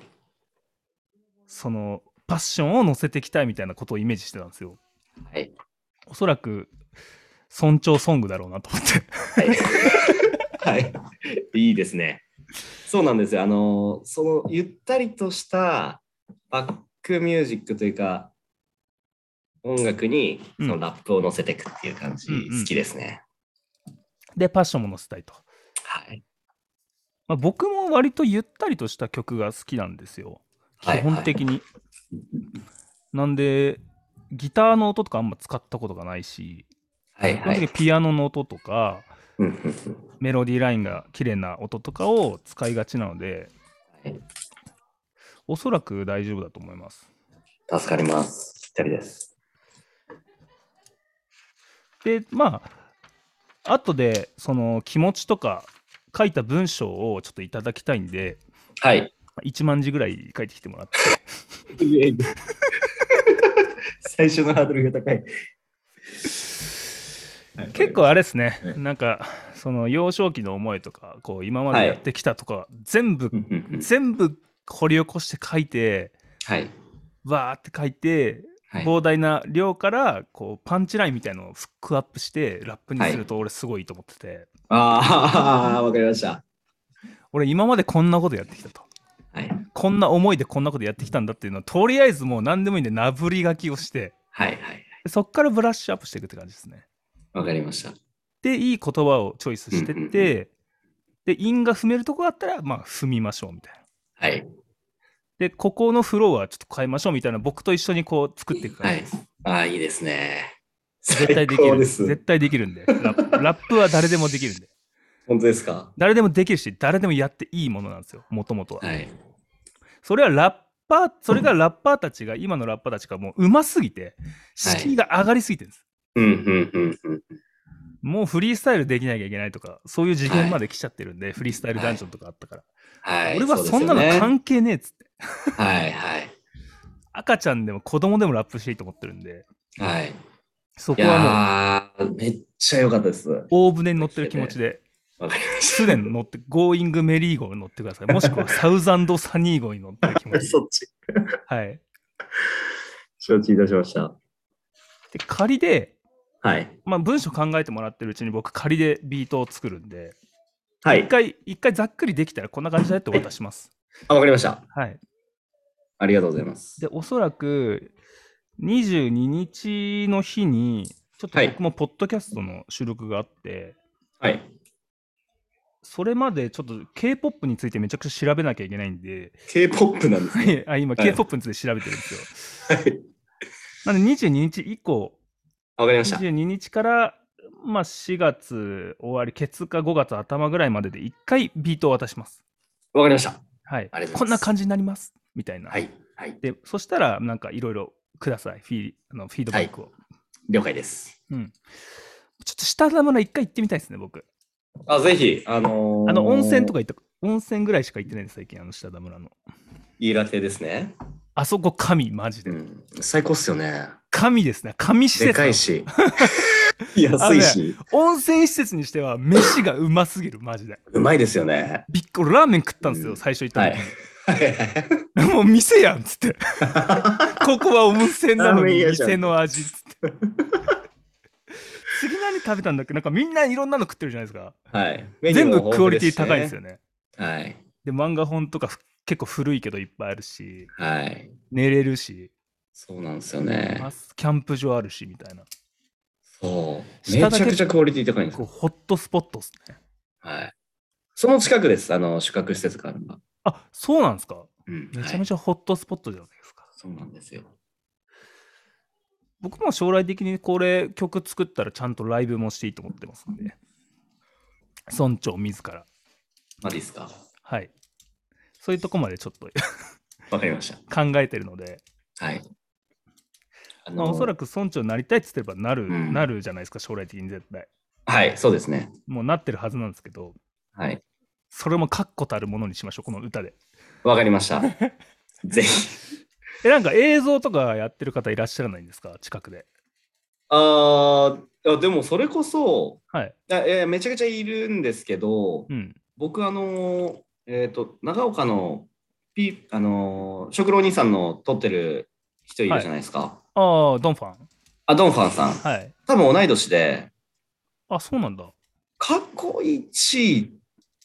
[SPEAKER 1] そのパッションを乗せていきたいみたいなことをイメージしてたんですよ。
[SPEAKER 2] はい。
[SPEAKER 1] おそらく村長ソングだろうなと思って。
[SPEAKER 2] はい。はい、いいですね。そうなんですよ。あの、その、ゆったりとしたバックミュージックというか、音楽にそのラップを乗せていくっていう感じ、
[SPEAKER 1] うんうん
[SPEAKER 2] 好きですね。
[SPEAKER 1] でパッションも乗せたいと。
[SPEAKER 2] はい。
[SPEAKER 1] まあ、僕も割とゆったりとした曲が好きなんですよ。
[SPEAKER 2] はい
[SPEAKER 1] 基本的に。なんで、ギターの音とかあんま使ったことがないし、
[SPEAKER 2] はい。はい。
[SPEAKER 1] 基本的にピアノの音とか、
[SPEAKER 2] うんうんうん
[SPEAKER 1] メロディーラインが綺麗な音とかを使いがちなので、
[SPEAKER 2] はい
[SPEAKER 1] おそらく大丈夫だと思います。
[SPEAKER 2] 助かります。ぴったりです。
[SPEAKER 1] で、まあ、後で、その気持ちとか、書いた文章をちょっといただきたいんで、
[SPEAKER 2] はい。
[SPEAKER 1] まあ1万字ぐらい書いてきてもらって、
[SPEAKER 2] 最初のハードルが高い。
[SPEAKER 1] 結構あれですね、
[SPEAKER 2] はい
[SPEAKER 1] なんかその幼少期の思いとかこう今までやってきたとか、全部、
[SPEAKER 2] うんうんうん。
[SPEAKER 1] 全部掘り起こして書いて
[SPEAKER 2] はい。
[SPEAKER 1] わーって書いて、
[SPEAKER 2] はい。
[SPEAKER 1] 膨大な量からこうパンチラインみたいのをフックアップしてラップにすると俺すごいと思ってて、
[SPEAKER 2] ああ、わかりました。
[SPEAKER 1] 俺今までこんなことやってきたと
[SPEAKER 2] はい。
[SPEAKER 1] こんな思いでこんなことやってきたんだっていうのをとりあえずもう何でもいいんでなぶり書きをして
[SPEAKER 2] はい。はい。
[SPEAKER 1] そっからブラッシュアップしていくって感じですね。
[SPEAKER 2] わかりました。
[SPEAKER 1] でいい言葉をチョイスして
[SPEAKER 2] うんうんうん
[SPEAKER 1] って、で韻が踏めるとこあったらまあ踏みましょうみたいな。
[SPEAKER 2] はい。
[SPEAKER 1] でここのフローはちょっと変えましょうみたいな僕と一緒にこう作っていく感
[SPEAKER 2] は
[SPEAKER 1] じ
[SPEAKER 2] い。ああ、いいですね。
[SPEAKER 1] 絶対でき
[SPEAKER 2] 最高
[SPEAKER 1] る
[SPEAKER 2] です
[SPEAKER 1] 絶対できるんでラップラップは誰でもできるんで
[SPEAKER 2] 本当ですか
[SPEAKER 1] 誰でもできるし誰でもやっていいものなんですよもともとは、
[SPEAKER 2] はい。
[SPEAKER 1] それはラッパーそれがラッパーたちが、今のラッパーたちがもううますぎて敷居が上がりすぎてるんです、
[SPEAKER 2] うん、うん、うん、うん。
[SPEAKER 1] もうフリースタイルできなきゃいけないとかそういう次元まで来ちゃってるんで、フリースタイルダンジョンとかあったから、
[SPEAKER 2] はい。
[SPEAKER 1] 俺は
[SPEAKER 2] うです
[SPEAKER 1] そ
[SPEAKER 2] よ
[SPEAKER 1] んなの
[SPEAKER 2] ね
[SPEAKER 1] 関係ねえっつって
[SPEAKER 2] はい、はい。
[SPEAKER 1] 赤ちゃんでも子供でもラップしていいと思ってるんで
[SPEAKER 2] はい。
[SPEAKER 1] そ
[SPEAKER 2] い
[SPEAKER 1] こはもう
[SPEAKER 2] やー、めっちゃ良かったです。わ
[SPEAKER 1] 大船に乗ってる気持ちで
[SPEAKER 2] かりまし
[SPEAKER 1] すでに乗って、ゴーイングメリー号に乗ってください。もしくはサウザンドサニー号に乗ってる気持
[SPEAKER 2] た。
[SPEAKER 1] ち。
[SPEAKER 2] そっち。
[SPEAKER 1] はい。
[SPEAKER 2] 承知いたしました。
[SPEAKER 1] で、仮で、
[SPEAKER 2] はい。
[SPEAKER 1] まあ、文章考えてもらってるうちに僕仮でビートを作るんで、
[SPEAKER 2] は
[SPEAKER 1] 一
[SPEAKER 2] い。
[SPEAKER 1] 回、一回ざっくりできたらこんな感じだよってお渡しし ます。
[SPEAKER 2] あ、わかりました。
[SPEAKER 1] はい。
[SPEAKER 2] ありがとうございます。
[SPEAKER 1] で、おそらく、22日の日に、ちょっと
[SPEAKER 2] はい
[SPEAKER 1] 僕もポッドキャストの収録があって、
[SPEAKER 2] はい。
[SPEAKER 1] それまでちょっと K-POP についてめちゃくちゃ調べなきゃいけないんで、
[SPEAKER 2] K-POP なんですね。
[SPEAKER 1] あ今
[SPEAKER 2] はい
[SPEAKER 1] K-POP について調べてるんですよ。
[SPEAKER 2] はい。
[SPEAKER 1] なんで22日以降、
[SPEAKER 2] あわかりました。
[SPEAKER 1] 22日から、まあ、4月終わり、ケツか5月頭ぐらいまでで1回ビートを渡します。
[SPEAKER 2] わかりました。
[SPEAKER 1] はい
[SPEAKER 2] ありがとうござい。ます
[SPEAKER 1] こんな感じになります。みたいな。
[SPEAKER 2] はい。はい。
[SPEAKER 1] で、そしたら、なんかいろいろください。フィーあのフィードバックを。
[SPEAKER 2] 了解です。
[SPEAKER 1] うん。ちょっと下田村一回行ってみたいですね、僕。
[SPEAKER 2] あ、ぜひ、あのー
[SPEAKER 1] あの、温泉とか行った、温泉ぐらいしか行ってないです、最近、あの下田村の。
[SPEAKER 2] イーラテですね。
[SPEAKER 1] あそこ神、マジで。
[SPEAKER 2] ん。最高っすよね。
[SPEAKER 1] 神ですね。神施設。
[SPEAKER 2] し。 安いし。
[SPEAKER 1] 温泉施設にしては、飯がうますぎる、マジで。
[SPEAKER 2] うまいですよね。
[SPEAKER 1] びっくり、ラーメン食ったんですよ、
[SPEAKER 2] うん
[SPEAKER 1] 最初行った
[SPEAKER 2] は
[SPEAKER 1] の
[SPEAKER 2] い。はい
[SPEAKER 1] もう店やんっつ って。ここはお店なのに
[SPEAKER 2] ラーメン屋じゃん
[SPEAKER 1] 店の味っつって。次何食べたんだっけなんかみんないろんなの食ってるじゃないですか。
[SPEAKER 2] はい。
[SPEAKER 1] 全部クオリティ高いんです
[SPEAKER 2] よ。
[SPEAKER 1] よね。
[SPEAKER 2] はい。
[SPEAKER 1] で、漫画本とかふ結構古いけどいっぱいあるし、
[SPEAKER 2] はい。
[SPEAKER 1] 寝れるし、
[SPEAKER 2] そうなんですよね
[SPEAKER 1] マ。スキャンプ場あるしみたいな。
[SPEAKER 2] そう。
[SPEAKER 1] 下
[SPEAKER 2] め
[SPEAKER 1] だけ
[SPEAKER 2] ちゃくちゃクオリティ高いんです
[SPEAKER 1] こう
[SPEAKER 2] よ。
[SPEAKER 1] ホットスポットっすね。
[SPEAKER 2] はい。その近くです。あの、宿泊施設があるのが。
[SPEAKER 1] あそうなんですか。
[SPEAKER 2] うん。
[SPEAKER 1] めちゃめ
[SPEAKER 2] ちゃ。
[SPEAKER 1] ちゃホットスポットじゃないですか。
[SPEAKER 2] そうなんですよ。
[SPEAKER 1] 僕も将来的にこれ曲作ったらちゃんとライブもしていいと思ってますんで。村長自ら。
[SPEAKER 2] マジですか。
[SPEAKER 1] はい。そういうとこまでちょっと
[SPEAKER 2] わかりまし
[SPEAKER 1] 考えてるので、
[SPEAKER 2] た。はい。あ
[SPEAKER 1] まあ、おそらく村長になりたいって言ってればなる、
[SPEAKER 2] うん
[SPEAKER 1] なるじゃないですか、将来的に絶対。
[SPEAKER 2] はい、そうですね。
[SPEAKER 1] もうなってるはずなんですけど、
[SPEAKER 2] はい。
[SPEAKER 1] それも確固たるものにしましょう、この歌で。
[SPEAKER 2] わかりま した。ぜひ。
[SPEAKER 1] え、なんか映像とかやってる方いらっしゃらないんですか、近くで。
[SPEAKER 2] あーあ、でもそれこそ、
[SPEAKER 1] はい。
[SPEAKER 2] あえーめちゃくちゃいるんですけど
[SPEAKER 1] う、ん。
[SPEAKER 2] 僕、あのー、えっ、と、長岡の、ピあのー、食郎兄さんの撮ってる人いるじゃないですか。
[SPEAKER 1] ああ、ドンファン。
[SPEAKER 2] あ、ドンファンさん。
[SPEAKER 1] はい。
[SPEAKER 2] 多分同い年で、
[SPEAKER 1] あ、そうなんだ。
[SPEAKER 2] 過去一、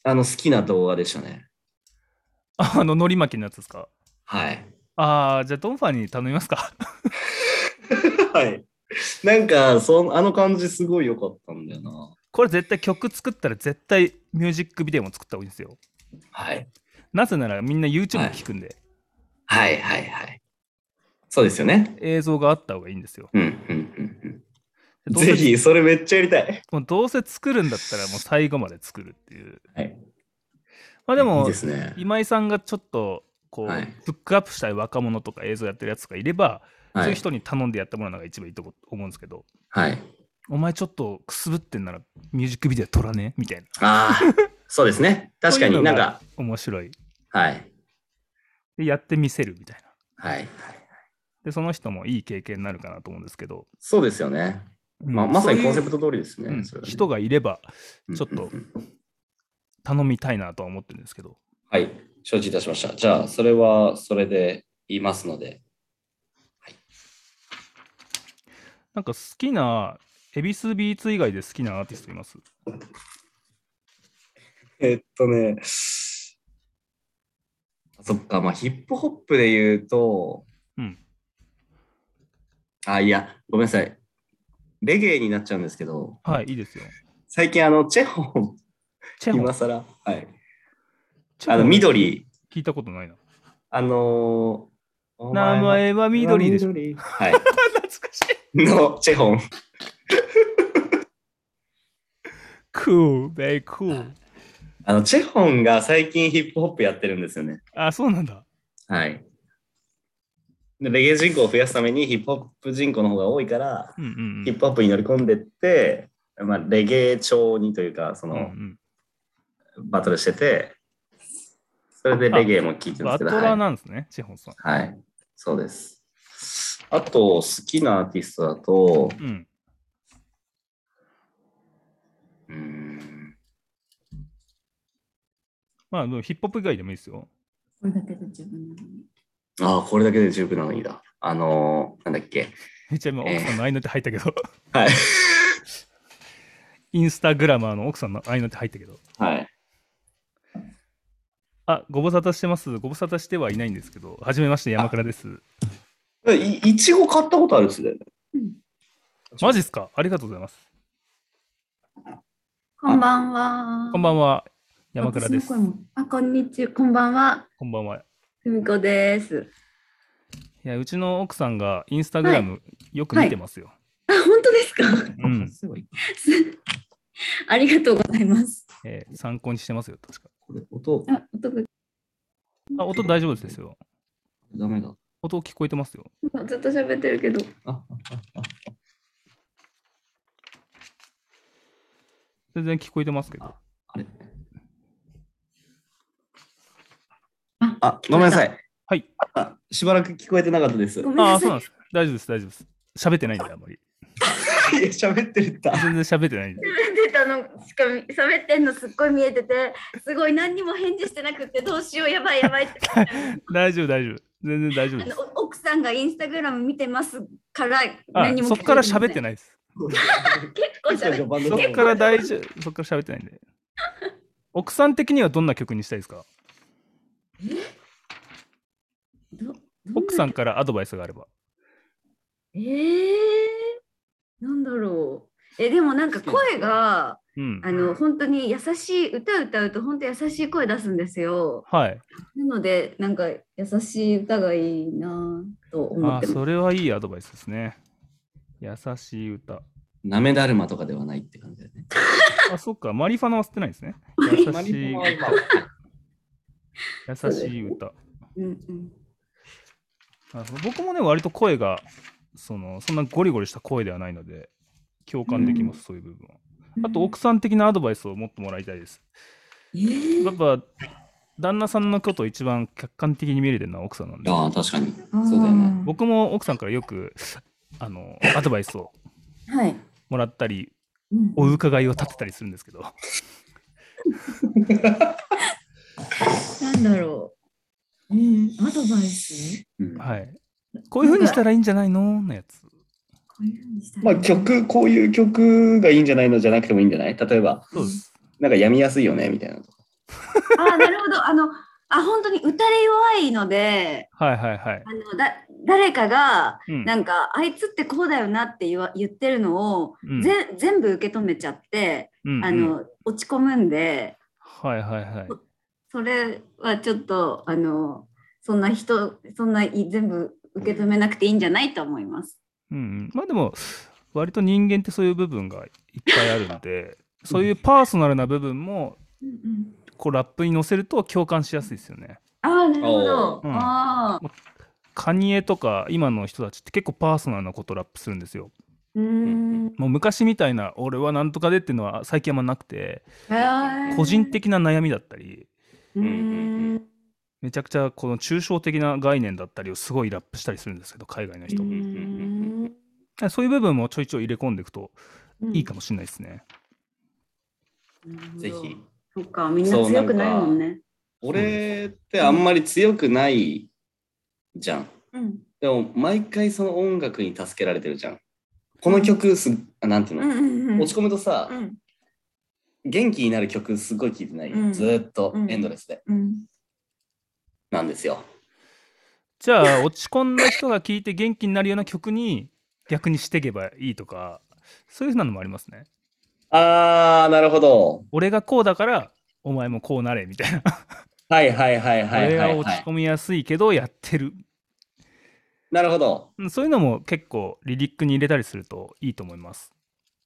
[SPEAKER 2] あの、好きな動画でしたね。
[SPEAKER 1] ああの、のり巻きのやつですか。
[SPEAKER 2] はい。
[SPEAKER 1] ああ、じゃあドンファンに頼みますか。
[SPEAKER 2] はい。なんか、そのあの感じすごい良かったんだよな。
[SPEAKER 1] これ絶対曲作ったら絶対ミュージックビデオも作った方がいいんですよ。
[SPEAKER 2] はい。
[SPEAKER 1] なぜならみんな YouTube で聞くんで、
[SPEAKER 2] はいはいはい。そうですよね。
[SPEAKER 1] 映像があった方がいいんですよ。
[SPEAKER 2] うんうんうんうん。
[SPEAKER 1] どうせ
[SPEAKER 2] ぜひ、それめっちゃやりたい。
[SPEAKER 1] もうどうせ作るんだったらもう最後まで作るっていう。
[SPEAKER 2] はい。
[SPEAKER 1] まあでも、
[SPEAKER 2] いいですね。
[SPEAKER 1] 今井さんがちょっとこう、
[SPEAKER 2] はい
[SPEAKER 1] フックアップしたい若者とか映像やってるやつがいれば、
[SPEAKER 2] は
[SPEAKER 1] そういう
[SPEAKER 2] い。
[SPEAKER 1] 人に頼んでやってもらうのが一番いいと思うんですけど、
[SPEAKER 2] はい、
[SPEAKER 1] お前ちょっとくすぶってんならミュージックビデオ撮らねみたいな。
[SPEAKER 2] ああ、そうですね。確
[SPEAKER 1] そ
[SPEAKER 2] か
[SPEAKER 1] うい
[SPEAKER 2] に
[SPEAKER 1] うの
[SPEAKER 2] な
[SPEAKER 1] が
[SPEAKER 2] んか、
[SPEAKER 1] 面白い。
[SPEAKER 2] はい。
[SPEAKER 1] で、やってみせるみたいな。
[SPEAKER 2] はい。
[SPEAKER 1] で、その人もいい経験になるかなと思うんですけど、
[SPEAKER 2] そうですよね。
[SPEAKER 1] うん
[SPEAKER 2] まあ、まさにコンセプ
[SPEAKER 1] そ
[SPEAKER 2] ト通りで
[SPEAKER 1] う
[SPEAKER 2] すね
[SPEAKER 1] いう。うん
[SPEAKER 2] それはね
[SPEAKER 1] 人がいれば
[SPEAKER 2] うん
[SPEAKER 1] ちょっと
[SPEAKER 2] うんうん
[SPEAKER 1] 頼みたいなとは思ってるんですけど、
[SPEAKER 2] はい。承知いたしました。じゃあ、それはそれで言いますので。
[SPEAKER 1] なんか好きな、エビスビーツ以外で好きなアーティストいます
[SPEAKER 2] えっとね。そっか、まあ、ヒップホップで言うと、
[SPEAKER 1] うん。
[SPEAKER 2] あ、いや、ごめんなさい。レゲエになっちゃうんですけど、
[SPEAKER 1] はい、いいですよ。
[SPEAKER 2] 最近、あの、チェホン、
[SPEAKER 1] チェホン
[SPEAKER 2] 今更、はい。
[SPEAKER 1] チェ
[SPEAKER 2] あ
[SPEAKER 1] ホ
[SPEAKER 2] の、
[SPEAKER 1] ン
[SPEAKER 2] 緑、
[SPEAKER 1] 聞いたことないな。
[SPEAKER 2] あのーお
[SPEAKER 1] 名
[SPEAKER 2] 前は
[SPEAKER 1] 前は緑でしょ。
[SPEAKER 2] 緑はい。
[SPEAKER 1] 懐かしい。
[SPEAKER 2] の、チェホン。
[SPEAKER 1] Cool, very cool.
[SPEAKER 2] あの、チェホンが最近ヒップホップやってるんですよね。
[SPEAKER 1] あ、そうなんだ。
[SPEAKER 2] はい。でレゲエ人口を増やすためにヒップホップ人口の方が多いから、
[SPEAKER 1] うんうん
[SPEAKER 2] ヒ
[SPEAKER 1] う
[SPEAKER 2] ッ
[SPEAKER 1] ん。
[SPEAKER 2] プホップに乗り込んでって、まあ、レゲエ調にというか、そ
[SPEAKER 1] うんう
[SPEAKER 2] の、
[SPEAKER 1] ん
[SPEAKER 2] バトルしてて、それでレゲエも聴いてるんで
[SPEAKER 1] バ
[SPEAKER 2] す
[SPEAKER 1] ト
[SPEAKER 2] けど、
[SPEAKER 1] ラー
[SPEAKER 2] はい。
[SPEAKER 1] なんですね、チェホンさん。
[SPEAKER 2] はい。そうです。あと、好きなアーティストだと、
[SPEAKER 1] うん。
[SPEAKER 2] うーん、
[SPEAKER 1] まあ、でもヒップホップ以外でもいいですよ。
[SPEAKER 3] これだけで自分なのに。
[SPEAKER 2] ああ、これだけで十分なのにだ。あのー、なんだっけ。
[SPEAKER 1] めっちゃ今、奥さんの愛の手入ったけど、
[SPEAKER 2] はい。
[SPEAKER 1] インスタグラマーの奥さんの愛の手入ったけど。
[SPEAKER 2] はい。
[SPEAKER 1] あ、ご無沙汰してます。ご無沙汰してはいないんですけど、はじめまして、山倉です。
[SPEAKER 2] いいちご買ったことあるっすね。
[SPEAKER 1] マジっすかありがとうございます。
[SPEAKER 3] こんばんは。
[SPEAKER 1] こんばんは。山倉です
[SPEAKER 3] 私。の声もあ、こんにちは。こんばんは。
[SPEAKER 1] こんばんは。
[SPEAKER 3] ふみこです。
[SPEAKER 1] いや、うちの奥さんがインスタグラムよく見てますよ。
[SPEAKER 3] あ、本当ですか。
[SPEAKER 1] うん
[SPEAKER 2] すごい。
[SPEAKER 3] ありがとうございます。
[SPEAKER 1] えー参考にしてますよ、確か。
[SPEAKER 2] これ、音、
[SPEAKER 3] あ、音が
[SPEAKER 1] あ、音大丈夫ですよ。
[SPEAKER 2] ダメだ。
[SPEAKER 1] 音聞こえてますよ。
[SPEAKER 3] ずっと喋ってるけど。
[SPEAKER 2] あ、あ、あ、あ。
[SPEAKER 1] 全然聞こえてますけど。
[SPEAKER 2] あれ
[SPEAKER 3] あ
[SPEAKER 2] あ、ごめんなさい。
[SPEAKER 1] はい。
[SPEAKER 2] あしばらく聞こえてなかったです。い
[SPEAKER 3] ごめん
[SPEAKER 1] ああ、
[SPEAKER 3] な
[SPEAKER 1] そう
[SPEAKER 3] さ
[SPEAKER 1] なん
[SPEAKER 3] い。
[SPEAKER 1] です。大丈夫です、大丈夫です。喋ってないんで、あんまり。
[SPEAKER 2] や喋ってるった。
[SPEAKER 1] 全然喋ってないんで。
[SPEAKER 3] 喋ってたのしか喋ってんのすっごい見えてて、すごい何にも返事してなくてどうしようやばいやばいって。
[SPEAKER 1] 大丈夫、大丈夫。全然大丈夫
[SPEAKER 3] あ
[SPEAKER 1] で
[SPEAKER 3] の
[SPEAKER 1] す。
[SPEAKER 3] お奥さんがインスタグラム見てますから
[SPEAKER 1] あ
[SPEAKER 3] 何も
[SPEAKER 1] そっから喋って
[SPEAKER 3] ない。
[SPEAKER 1] ないです。
[SPEAKER 3] 結 構喋って
[SPEAKER 2] バン
[SPEAKER 1] そ
[SPEAKER 2] ド
[SPEAKER 1] っ
[SPEAKER 2] だ
[SPEAKER 1] から大丈夫。そっから喋ってないんで。奥さん的にはどんな曲にしたいですか
[SPEAKER 3] ど
[SPEAKER 1] 奥さんからアドバイスがあれば。
[SPEAKER 3] えー、なんだろう。えでもなんか声が
[SPEAKER 1] うん。
[SPEAKER 3] あの本当に優しい歌歌うと本当優しい声出すんですよ。
[SPEAKER 1] はい。
[SPEAKER 3] なのでなんか優しい歌がいいなと思
[SPEAKER 1] あ
[SPEAKER 3] って
[SPEAKER 1] ー、
[SPEAKER 3] ます。
[SPEAKER 1] それはいいアドバイスですね。優しい歌。
[SPEAKER 2] なめだるまとかではないって感じだね。
[SPEAKER 1] あ、そっか。マリファナは吸ってない ですね。優しい、優しい歌。
[SPEAKER 3] うんうん。
[SPEAKER 1] なるほど僕もね、割と声が、その、そんなゴリゴリした声ではないので、共感できます、そういう部分は。あと、奥さん的なアドバイスをもっともらいたいです。
[SPEAKER 3] えー
[SPEAKER 1] やっぱ、旦那さんのことを一番客観的に見れてるのは奥さんなんで、
[SPEAKER 2] ああ、確かに。そうだよね。
[SPEAKER 1] 僕も奥さんからよく、あの、アドバイスを
[SPEAKER 3] あーはい。
[SPEAKER 1] もらったり、
[SPEAKER 3] うん
[SPEAKER 1] お伺いを立てたりするんですけど、
[SPEAKER 3] なんだろう。うん、アドバイス
[SPEAKER 2] うん
[SPEAKER 1] はい。こういう風にしたらいいんじゃないののやつ。
[SPEAKER 3] こういうふうにしたら
[SPEAKER 2] まあ曲、こういう曲がいいんじゃないのじゃなくてもいいんじゃない例えば、
[SPEAKER 1] そうです。
[SPEAKER 2] なんかやみやすいよねみたいな。
[SPEAKER 3] あなるほど。あの、あ、本当に打たれ弱いので、
[SPEAKER 1] はいはいはい。
[SPEAKER 3] あのだ誰かが、
[SPEAKER 1] うん
[SPEAKER 3] なんか、あいつってこうだよなって言わ言ってるのを、
[SPEAKER 1] うん
[SPEAKER 3] ぜ全部受け止めちゃって、
[SPEAKER 1] うん
[SPEAKER 3] あ
[SPEAKER 1] うん
[SPEAKER 3] の、落ち込むんで、
[SPEAKER 1] はいはいはい。
[SPEAKER 3] それはちょっと、あの、そんな人、そんない全部受け止めなくていいんじゃないと思います。
[SPEAKER 1] うんうん、まあでも割と人間ってそういう部分がいっぱいあるので そういうパーソナルな部分も
[SPEAKER 3] うんうん、
[SPEAKER 1] こうラップに乗せると共感しやすいですよね。
[SPEAKER 3] ああ、なるほど。
[SPEAKER 1] おーうん
[SPEAKER 3] ああ。
[SPEAKER 1] カニエとか今の人たちって結構パーソナルなことをラップするんですよ。
[SPEAKER 3] うーん。
[SPEAKER 1] もう昔みたいな「俺はなんとかで」っていうのは最近あんまなくて
[SPEAKER 3] へー
[SPEAKER 1] 個人的な悩みだったり
[SPEAKER 3] うーん。
[SPEAKER 1] めちゃくちゃこの抽象的な概念だったりをすごいラップしたりするんですけど海外の人
[SPEAKER 3] う。ん
[SPEAKER 1] そういう部分もちょいちょい入れ込んでいくといいか
[SPEAKER 3] も。
[SPEAKER 1] もしれないですね。
[SPEAKER 2] ぜひ。
[SPEAKER 3] そっか、みんな強くないもんね。
[SPEAKER 2] 俺ってあんまり強くないじゃん。
[SPEAKER 3] うん。
[SPEAKER 2] でも毎回その音楽に助けられてるじゃん。この曲す、あなんていううんの、
[SPEAKER 3] うんうん。
[SPEAKER 2] 落ち込むとさ、
[SPEAKER 3] うん
[SPEAKER 2] 元気になる曲すごい聴いてない、
[SPEAKER 3] うん
[SPEAKER 2] ずーっと
[SPEAKER 3] うん
[SPEAKER 2] エンドレスで、
[SPEAKER 3] うん。
[SPEAKER 2] なんですよ。
[SPEAKER 1] じゃあ落ち込んだ人が聴いて元気になるような曲に逆にしていけばいいとかそういうふうなのもありますね。
[SPEAKER 2] あーなるほど。
[SPEAKER 1] 俺がこうだからお前もこうなれみたいな。
[SPEAKER 2] はいはいはいはいはい、
[SPEAKER 1] 俺が落
[SPEAKER 2] は
[SPEAKER 1] ち
[SPEAKER 2] い。
[SPEAKER 1] 込みやすいけどやってる。
[SPEAKER 2] なるほど。
[SPEAKER 1] うんそういうのも結構リリックに入れたりするといいと思います。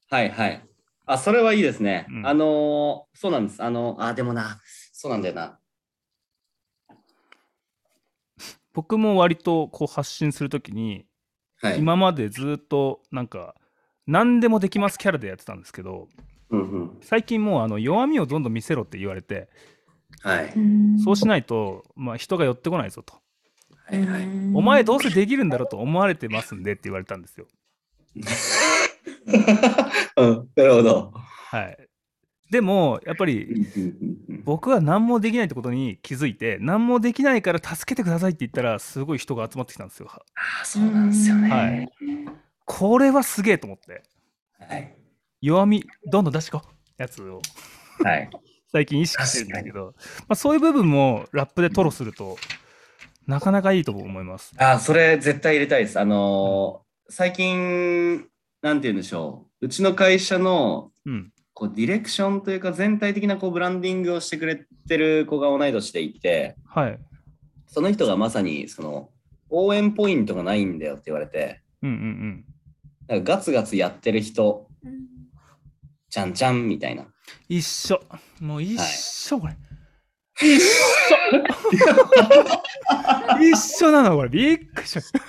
[SPEAKER 2] はいはい。あ、それはいいですね。
[SPEAKER 1] うん
[SPEAKER 2] あのーそうなんです。あのあ、でもな、そうなんだよな。
[SPEAKER 1] 僕も割とこう発信するときに
[SPEAKER 2] はい。
[SPEAKER 1] 今までずっとなんか何でもできますキャラでやってたんですけど
[SPEAKER 2] うんうん。
[SPEAKER 1] 最近もうあの弱みをどんどん見せろって言われて
[SPEAKER 2] はい。
[SPEAKER 1] そうしないとまあ人が寄ってこないぞと。
[SPEAKER 2] はいはい。
[SPEAKER 1] お前どうせできるんだろうと思われてますんでって言われたんですよ。
[SPEAKER 2] うん、なるほど。
[SPEAKER 1] はい。でも、やっぱり僕は何もできないってことに気づいて、何もできないから助けてくださいって言ったら、すごい人が集まってきたんですよ。
[SPEAKER 2] あ、そうなんですよね。
[SPEAKER 1] はいこれはすげえと思って、
[SPEAKER 2] はい。
[SPEAKER 1] 弱みどんどん出してこうやつを
[SPEAKER 2] はい。
[SPEAKER 1] 最近意識してるんだけど、まあ、そういう部分もラップで吐露すると、なかなかいいと思います。
[SPEAKER 2] あ、それ絶対入れたいです。あのー最近、なんて言うんでしょう。うちの会社の
[SPEAKER 1] うん。
[SPEAKER 2] こうディレクションというか全体的なこうブランディングをしてくれてる子が同い年でいて
[SPEAKER 1] はい。
[SPEAKER 2] その人がまさにその応援ポイントがないんだよって言われて
[SPEAKER 1] うんうん
[SPEAKER 2] なんかガツガツやってる人
[SPEAKER 3] うん
[SPEAKER 2] じゃんじゃんみたい
[SPEAKER 1] う
[SPEAKER 2] な
[SPEAKER 1] ん。一緒。もう一緒、これ。一緒一緒なのこれ。びっくりした。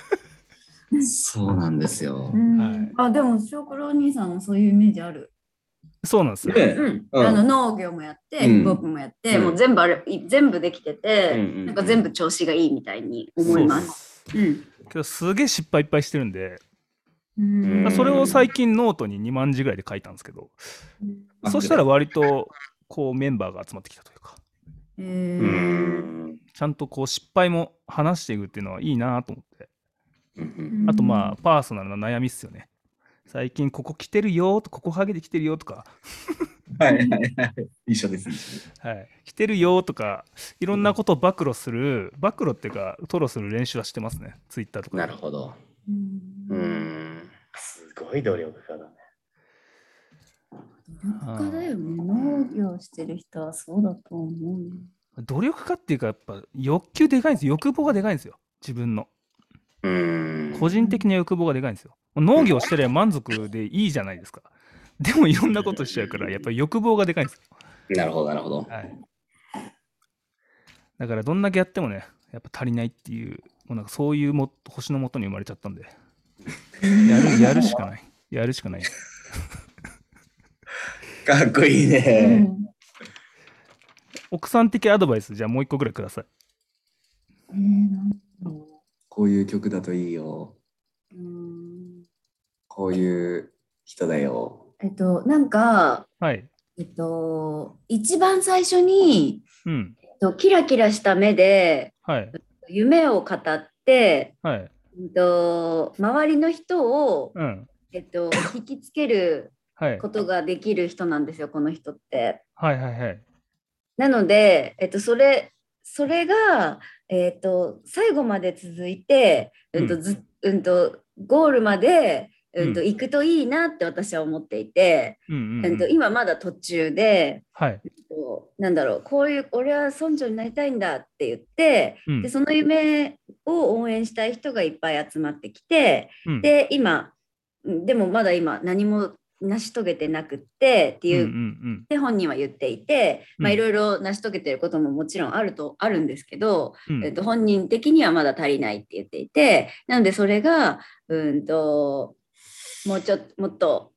[SPEAKER 2] そうなんですよ
[SPEAKER 3] うん
[SPEAKER 1] はい
[SPEAKER 3] あでも翔九郎兄さんもそういうイメージある。
[SPEAKER 1] そうなんですよ。
[SPEAKER 2] で
[SPEAKER 3] うん
[SPEAKER 2] うん
[SPEAKER 3] あの農業もやって、
[SPEAKER 2] うん
[SPEAKER 3] ヒップホップもやって、
[SPEAKER 2] うん
[SPEAKER 3] もう全部あれい全部できてて、
[SPEAKER 2] うんうんうん
[SPEAKER 3] なんか全部調子がいいみたいに思います。うん
[SPEAKER 1] けどすげえ失敗いっぱいしてるんで、
[SPEAKER 3] うん
[SPEAKER 1] まあそれを最近ノートに2万字ぐらいで書いたんですけど、そしたら割とこうメンバーが集まってきたというか、
[SPEAKER 3] え
[SPEAKER 2] う
[SPEAKER 3] ー
[SPEAKER 2] ん
[SPEAKER 1] ちゃんとこう失敗も話していくっていうのはいいなと思って。
[SPEAKER 2] うんうん
[SPEAKER 3] うん
[SPEAKER 1] あとまあパーソナルな悩みっすよね。最近ここ来てるよとここハゲてきてるよとか、
[SPEAKER 2] はいはいはい。一緒です。
[SPEAKER 1] はい、来てるよとかいろんなことを暴露する暴露っていうか吐露する練習はしてますねツイッターとかで
[SPEAKER 2] なるほど。
[SPEAKER 3] うん
[SPEAKER 2] うーん。
[SPEAKER 4] すごい努力家だね。
[SPEAKER 3] 努力家だよね。農業してる人はそうだと思う。
[SPEAKER 1] 努力家っていうかやっぱ欲求でかいんですよ欲望がでかいんですよ自分の
[SPEAKER 2] うーん。
[SPEAKER 1] 個人的な欲望がでかいんですよ農業してりゃ満足でいいじゃないですかでもいろんなことしちゃうからやっぱ欲望がでかいんですよ
[SPEAKER 2] なるほど、なるほど。
[SPEAKER 1] はい。だからどんだけやってもね、やっぱ足りないっていう、もうなんかそういうも星のもとに生まれちゃったんで、やるやるしかない。やるしかない。
[SPEAKER 2] かっこいいね。
[SPEAKER 1] 奥さん的アドバイス、じゃあもう一個ぐらいください。
[SPEAKER 3] うんえーなんだろ
[SPEAKER 2] こういう曲だといいよ。
[SPEAKER 3] ううん
[SPEAKER 2] こういう人だよ。
[SPEAKER 3] えっとなんか
[SPEAKER 1] はい。
[SPEAKER 3] えっと一番最初に、
[SPEAKER 1] うん。
[SPEAKER 3] えっと、キラキラした目で
[SPEAKER 1] はい。
[SPEAKER 3] 夢を語って、
[SPEAKER 1] はい。
[SPEAKER 3] うんと、周りの人を、
[SPEAKER 1] うん。
[SPEAKER 3] えっと、引きつける
[SPEAKER 1] はい。
[SPEAKER 3] ことができる人なんですよこの人って。
[SPEAKER 1] はいはいはい。
[SPEAKER 3] なので、えっと、それそれが、えっと、最後まで続いて、うんとずうん、とゴールまで、うんと
[SPEAKER 1] う
[SPEAKER 3] 行くといいなって私は思っていて、
[SPEAKER 1] うんうん、
[SPEAKER 3] うん
[SPEAKER 1] う
[SPEAKER 3] と
[SPEAKER 1] ん。
[SPEAKER 3] 今まだ途中で、
[SPEAKER 1] はい。
[SPEAKER 3] こうなんだろうこういう俺は村長になりたいんだって言って
[SPEAKER 1] うん
[SPEAKER 3] で。その夢を応援したい人がいっぱい集まってきて
[SPEAKER 1] うん、
[SPEAKER 3] で今うんでもまだ今何も成し遂げてなくってって
[SPEAKER 1] うん
[SPEAKER 3] いう
[SPEAKER 1] ん
[SPEAKER 3] う、
[SPEAKER 1] うん。
[SPEAKER 3] で本人は言っていてまあ
[SPEAKER 1] うん
[SPEAKER 3] いろいろ成し遂げてることももちろんあるとあるんですけど、
[SPEAKER 1] うん
[SPEAKER 3] えっと、本人的にはまだ足りないって言っていてなのでそれがうんともうちょっともっと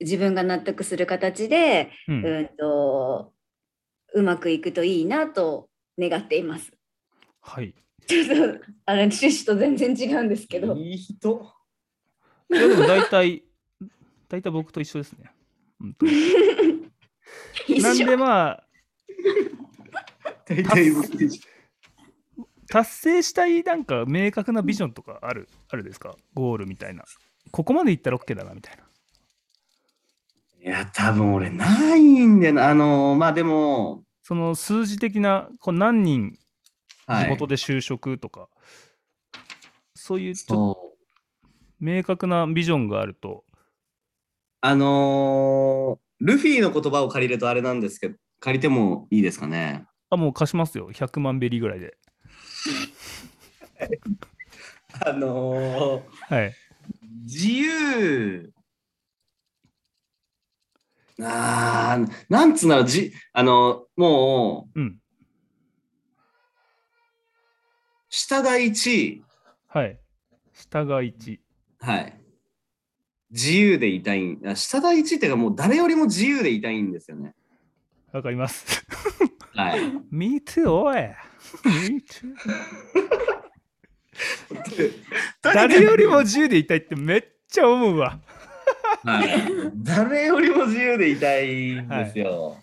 [SPEAKER 3] 自分が納得する形で
[SPEAKER 1] うん
[SPEAKER 3] うんとうまくいくといいなと願っています。
[SPEAKER 1] はい。
[SPEAKER 3] ちょっとあの趣旨と全然違うんですけど。
[SPEAKER 2] いい人。
[SPEAKER 1] いやでも大体、大体僕と一緒ですね。本 当になんでまあ、
[SPEAKER 2] 大
[SPEAKER 1] 達成したいなんか明確なビジョンとかあるあるですかゴールみたいなここまでいったら OK だなみたいない
[SPEAKER 2] や、多分俺ないんだよな。あの、まあでも、
[SPEAKER 1] その数字的なこう何人
[SPEAKER 2] は
[SPEAKER 1] 地
[SPEAKER 2] い
[SPEAKER 1] 元。で就職とか、そういうちょっと
[SPEAKER 2] そう。
[SPEAKER 1] 明確なビジョンがあると
[SPEAKER 2] あのールフィの言葉を借りるとあれなんですけど、借りてもいいですかね。
[SPEAKER 1] あもう貸しますよ100万ベリーぐらいで
[SPEAKER 2] あのー
[SPEAKER 1] はい
[SPEAKER 2] 自由あーなんつうならじあのもう
[SPEAKER 1] うん
[SPEAKER 2] 下が1
[SPEAKER 1] はい下が1
[SPEAKER 2] はい自由でいたいんあ下が1っていうかもう誰よりも自由でいたいんですよね
[SPEAKER 1] わかります
[SPEAKER 2] はい
[SPEAKER 1] Me too おい Me too 誰よりも自由でいたいってめっちゃ思うわ
[SPEAKER 2] はい、誰よりも自由でいたいんですよ。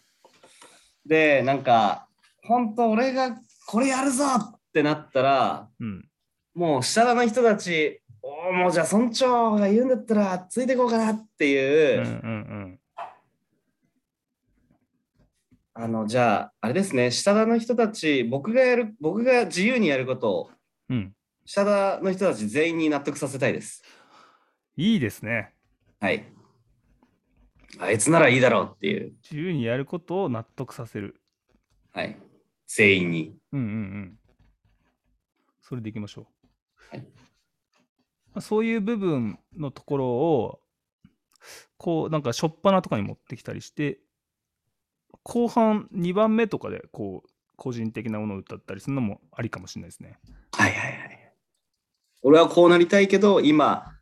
[SPEAKER 2] でなんか本当俺がこれやるぞってなったら
[SPEAKER 1] うん
[SPEAKER 2] もう下の人たち、おーもうじゃあ村長が言うんだったらついていこうかなって
[SPEAKER 1] う
[SPEAKER 2] い
[SPEAKER 1] んうん
[SPEAKER 2] う、
[SPEAKER 1] うん
[SPEAKER 2] あのじゃああれですね、下の人たち、僕がやる、僕が自由にやることを、
[SPEAKER 1] うん
[SPEAKER 2] 下の人たち全員に納得させたいです。
[SPEAKER 1] いいですね
[SPEAKER 2] はい。あいつならいいだろうっていう、
[SPEAKER 1] 自由にやることを納得させる。
[SPEAKER 2] はい、全員に。
[SPEAKER 1] うんうんうん。それでいきましょう。
[SPEAKER 2] はい
[SPEAKER 1] まあそういう部分のところを、こう、なんか、しょっぱなとかに持ってきたりして、後半2番目とかで、こう、個人的なものを歌ったりするのもありかもしれないですね。
[SPEAKER 2] はいはいはい。俺はこうなりたいけど、今、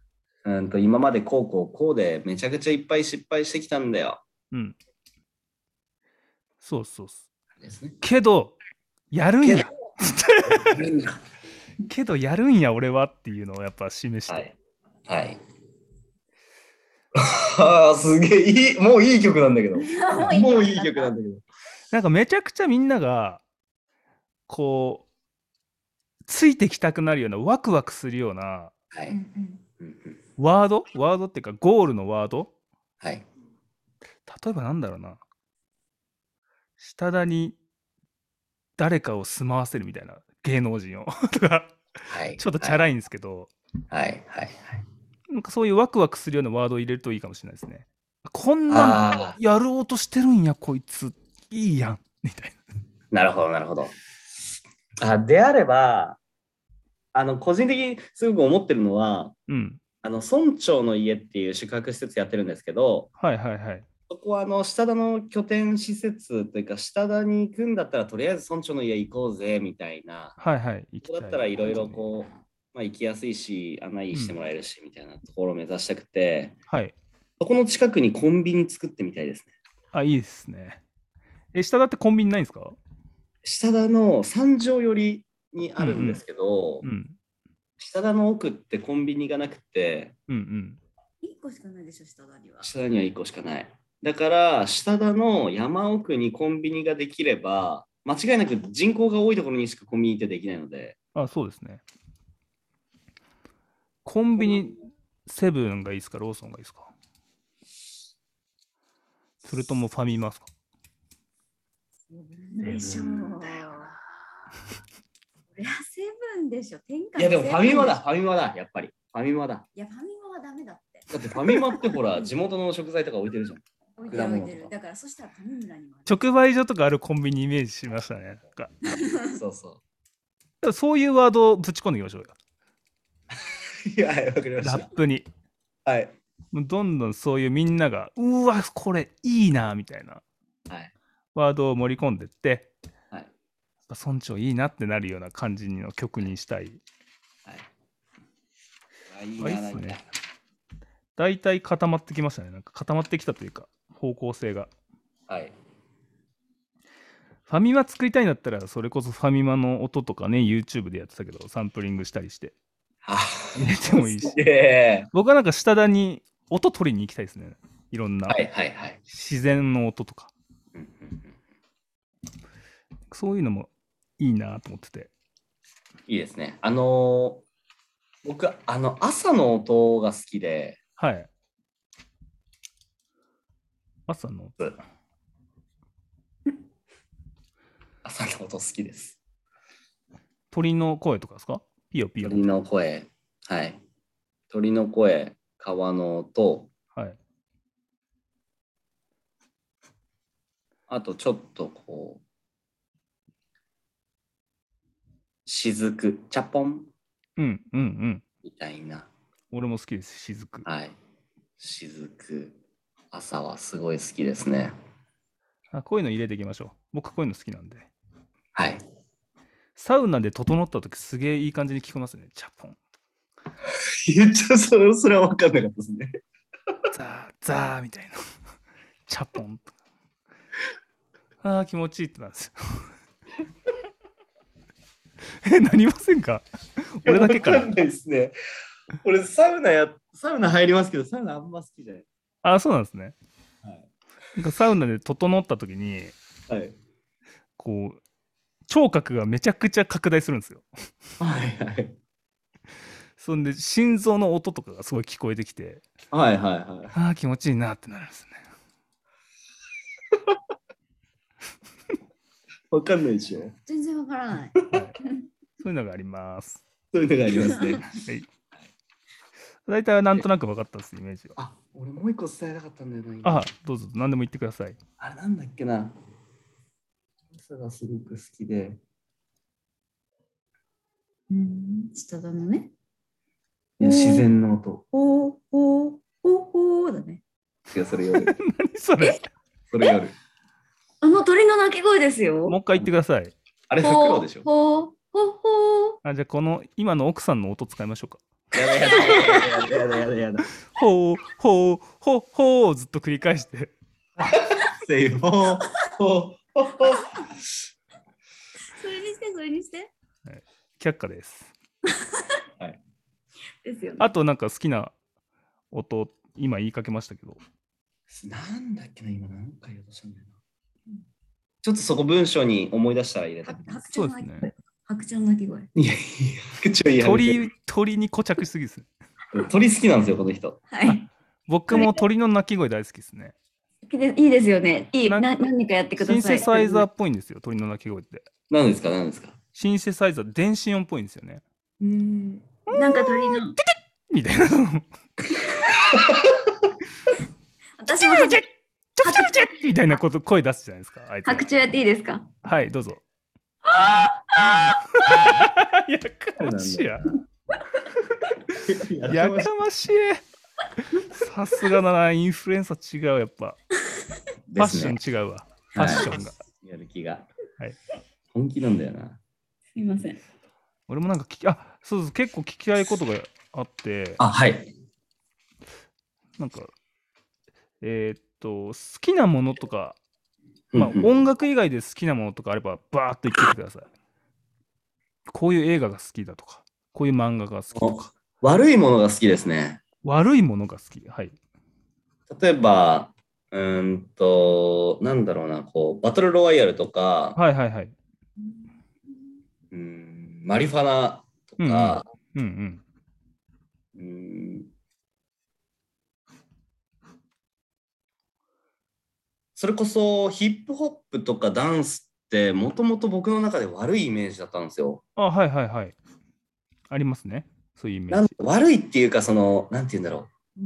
[SPEAKER 2] うんと今までこうこうこうでめちゃくちゃいっぱい失敗してきたんだよ。
[SPEAKER 1] うん。そうそうそう。
[SPEAKER 2] です ね。
[SPEAKER 1] けど、やるんや。
[SPEAKER 2] は
[SPEAKER 1] けど、やるんや、俺はっていうのをやっぱ示して。
[SPEAKER 2] い。はい。ああ、すげえ、いい、もういい曲なんだけど。
[SPEAKER 3] も
[SPEAKER 2] もういい曲なんだけど。
[SPEAKER 1] なんかめちゃくちゃみんなが、こう、ついてきたくなるような、ワクワクするような、
[SPEAKER 2] は
[SPEAKER 3] うんう
[SPEAKER 2] い。
[SPEAKER 3] ん
[SPEAKER 2] うんうん
[SPEAKER 1] ワードワードっていうか、ゴールのワード
[SPEAKER 2] はい。
[SPEAKER 1] 例えばなんだろうな。下田に誰かを住まわせるみたいな、芸能人を。 とか、
[SPEAKER 2] はい。
[SPEAKER 1] ちょっとチャラいんですけど、
[SPEAKER 2] はい。はい。はい。
[SPEAKER 1] なんかそういうワクワクするようなワードを入れるといいかもしれないですね。こんなん
[SPEAKER 2] ああ、
[SPEAKER 1] やろうとしてるんや、こいつ。いいやん。みたい
[SPEAKER 2] なるほど、なるほど。あであれば、あの、個人的にすごく思ってるのは、
[SPEAKER 1] な。うん。
[SPEAKER 2] あの村長の家っていう宿泊施設やってるんですけど、
[SPEAKER 1] はいはいはい。
[SPEAKER 2] そこはあの下田の拠点施設というか、下田に行くんだったら、とりあえず村長の家行こうぜみたいな、
[SPEAKER 1] はいはい。行き
[SPEAKER 2] ここ
[SPEAKER 1] い
[SPEAKER 2] だったらいろいろこう、まあ、行きやすいし、案内してもらえるし、みたいなところを目指したくて、
[SPEAKER 1] はい。
[SPEAKER 2] そこの近くにコンビニ作ってみたいですね。
[SPEAKER 1] あ、いいですね。え、下だってコンビニないんですか
[SPEAKER 2] 下田の三条寄りにあるんですけど、
[SPEAKER 1] うん。
[SPEAKER 2] 下田の奥ってコンビニがなくて、
[SPEAKER 1] うんうん。
[SPEAKER 3] 一個しかないでしょ、下田には。
[SPEAKER 2] 下田には1個しかない。だから、下田の山奥にコンビニができれば、間違いなく人口が多いところにしかコンビニってできないので、
[SPEAKER 1] あ、そうですね。コンビニ、セブンがいいですかローソンがいいですかそれともファミマですか
[SPEAKER 3] でしょ
[SPEAKER 4] セブ
[SPEAKER 3] う。
[SPEAKER 4] ンだよな
[SPEAKER 3] そりゃセブンでしょ。天下の
[SPEAKER 2] いやでもファミマだ、
[SPEAKER 3] セ
[SPEAKER 2] ファミマだ、やっぱり。ファミマだ。
[SPEAKER 3] ブン。いや、ファミマはダメだって。
[SPEAKER 2] だってファミマってほら、地元の食材とか置いてるじゃん。
[SPEAKER 3] 置いてる置いて
[SPEAKER 2] 果物と
[SPEAKER 3] る。
[SPEAKER 2] か
[SPEAKER 3] だから、そしたら上村にもある。
[SPEAKER 1] 直売所とかあるコンビニイメージしましたね。なんか
[SPEAKER 2] そうそ
[SPEAKER 1] そういうワードをぶち込んでいきましょうよ。
[SPEAKER 2] う。いや、はいわかりま
[SPEAKER 1] ラッ。プに。
[SPEAKER 2] はい。
[SPEAKER 1] もうどんどんそういうみんなが、うわ、これいいな、みたいな、
[SPEAKER 2] はい
[SPEAKER 1] ワードを盛り込んでって、
[SPEAKER 2] はい
[SPEAKER 1] やっぱ村長いいなってなるような感じの曲にしたい。
[SPEAKER 2] はい。いい
[SPEAKER 1] あいい
[SPEAKER 2] な、
[SPEAKER 1] っ
[SPEAKER 2] なん
[SPEAKER 1] す
[SPEAKER 2] か
[SPEAKER 1] ね大体固まってきましたね。なんか固まってきたというか、方向性が。
[SPEAKER 2] はい。
[SPEAKER 1] ファミマ作りたいんだったら、それこそファミマの音とかね、YouTube でやってたけど、サンプリングしたりして、
[SPEAKER 2] あ
[SPEAKER 1] 入れてもいいし。
[SPEAKER 2] ええ
[SPEAKER 1] 僕はなんか下田に音取りに行きたいですね。いろんな
[SPEAKER 2] はいはいはい。
[SPEAKER 1] 自然の音とか。
[SPEAKER 2] うんうんうん
[SPEAKER 1] そういうのもいいなと思ってて。
[SPEAKER 2] いいですね。あのー僕、あの、朝の音が好きで、
[SPEAKER 1] はい。朝の音。
[SPEAKER 2] 朝の音好きです。
[SPEAKER 1] 鳥の声とかですかピヨピヨ。
[SPEAKER 2] 鳥の声、はい。鳥の声、川の音、
[SPEAKER 1] はい。
[SPEAKER 2] あとちょっとこう、雫、チャポン
[SPEAKER 1] うんうんうん。
[SPEAKER 2] みたいな。
[SPEAKER 1] 俺も好きです、雫。
[SPEAKER 2] はい。雫、朝はすごい好きですね。
[SPEAKER 1] あこういうの入れていきましょう。僕、こういうの好きなんで。
[SPEAKER 2] はい。
[SPEAKER 1] サウナで整った時すげえいい感じに聞こえますね。チャポン。
[SPEAKER 2] 言っちゃう、それそれは分かんなかったですね。
[SPEAKER 1] ザーザーみたいな。チャポンとか。ああ、気持ちいいってなんですよ。 え、なりませんか俺だけか
[SPEAKER 2] わ。
[SPEAKER 1] なん
[SPEAKER 2] ないですね。俺、サウナや、サウナ入りますけど、サウナあんま好きじゃない。
[SPEAKER 1] あ、そうなんですね。
[SPEAKER 2] はい
[SPEAKER 1] なんかサウナで整った時に、
[SPEAKER 2] はい。
[SPEAKER 1] こう聴覚がめちゃくちゃ拡大するんですよ。
[SPEAKER 2] はいはい。
[SPEAKER 1] そんで心臓の音とかがすごい聞こえてきて
[SPEAKER 2] はいはいはい。
[SPEAKER 1] ああ気持ちいいなってなるんですね。
[SPEAKER 2] わかんないでしょ。
[SPEAKER 3] 全然わからない。
[SPEAKER 1] はい、そういうのがあります。
[SPEAKER 2] そういうのがあります
[SPEAKER 1] は
[SPEAKER 2] ね。
[SPEAKER 1] い、大体なんとなく分かったですイメージは。
[SPEAKER 2] あ、俺もう一個伝えたかったんだよな。今
[SPEAKER 1] あ、どうぞ何でも言ってください。
[SPEAKER 2] あれなんだっけな。ダンスがすごく好きで。
[SPEAKER 3] うん、下だのね。
[SPEAKER 2] いや自然の音。
[SPEAKER 3] ほうほうほうほうだね。
[SPEAKER 2] いや、それ夜。
[SPEAKER 1] それ、
[SPEAKER 2] それ夜。
[SPEAKER 3] あの鳥の鳴き声ですよ。
[SPEAKER 1] もう一回言ってください。
[SPEAKER 2] あれ、フクロ
[SPEAKER 3] ほ
[SPEAKER 2] ウで
[SPEAKER 3] う
[SPEAKER 2] しょ。
[SPEAKER 3] ほうほうほう。
[SPEAKER 1] あ、じゃあこの今の奥さんの音使いましょうか。
[SPEAKER 2] やだやだやだやだやだやだ。
[SPEAKER 1] ほうほうほうほうをずっと繰り返して。
[SPEAKER 2] せーの。ほうほうほう
[SPEAKER 3] それにしてそれにして。
[SPEAKER 1] 却下です。
[SPEAKER 3] ですよね。
[SPEAKER 1] あとなんか好きな音、今言いかけましたけど。
[SPEAKER 2] なんだっけな、今何回言おうとしたんだよな。ちょっとそこ文章に思い出したら入れた
[SPEAKER 3] は
[SPEAKER 2] けど。
[SPEAKER 3] 白
[SPEAKER 1] そう
[SPEAKER 3] 鳥
[SPEAKER 1] で
[SPEAKER 3] の
[SPEAKER 1] す
[SPEAKER 3] 鳴
[SPEAKER 1] ね
[SPEAKER 3] き声。。白鳥の鳴き声。
[SPEAKER 2] いやいや、 口を言い始めて
[SPEAKER 1] 鳥、鳥に固着しすぎですね。
[SPEAKER 2] 鳥好きなんですよ、この人。
[SPEAKER 3] はい。
[SPEAKER 1] 僕も鳥の鳴き声大好きですね。
[SPEAKER 3] でいいですよね。いい。
[SPEAKER 1] な
[SPEAKER 3] な何かやってくださ
[SPEAKER 1] シ
[SPEAKER 3] い。
[SPEAKER 1] ンセサイザーっぽいんですよ、鳥の鳴き声って。
[SPEAKER 2] 何ですか、何ですか。
[SPEAKER 1] シンセサイザー、電子音っぽいんですよね。
[SPEAKER 3] うん。なんか鳥の。
[SPEAKER 1] みたいな。
[SPEAKER 3] 私も白鳥
[SPEAKER 1] ちょちょちょみたいなこと声出すじゃないですか、あいつが
[SPEAKER 3] 白鳥やっていいですか
[SPEAKER 1] はい、どうぞ。やかましいや。やかましい。さすがだな、インフルエンサー違う、やっぱ。ファッ
[SPEAKER 2] で
[SPEAKER 1] シ
[SPEAKER 2] すね。
[SPEAKER 1] ョン違うわ。ファッションが。
[SPEAKER 2] やる気が。
[SPEAKER 1] はい
[SPEAKER 2] 本気なんだよな。
[SPEAKER 3] すいません。
[SPEAKER 1] 俺もなんか聞き、あそうそう、結構聞きたいことがあって、
[SPEAKER 2] あ、はい。
[SPEAKER 1] なんか、えーっと、好きなものとか、まあ
[SPEAKER 2] うん、うん
[SPEAKER 1] 音楽以外で好きなものとかあれば、バーっと言ってください。こういう映画が好きだとか、こういう漫画が好きとか、
[SPEAKER 2] 悪いものが好きですね。
[SPEAKER 1] 悪いものが好き。はい。
[SPEAKER 2] 例えば、うーんと、なんだろうな、こう、バトルロワイヤルとか、
[SPEAKER 1] はいはいはい。
[SPEAKER 2] うーんマリファナと
[SPEAKER 1] うん
[SPEAKER 2] か、
[SPEAKER 1] うんうん。
[SPEAKER 2] うーんそれこそヒップホップとかダンスってもともと僕の中で悪いイメージだったんですよ。
[SPEAKER 1] あ、はいはいはい。ありますね。そういうイメ
[SPEAKER 2] な
[SPEAKER 1] ー
[SPEAKER 2] ん
[SPEAKER 1] ジ。
[SPEAKER 2] 悪いっていうかそのなんて言うんだろう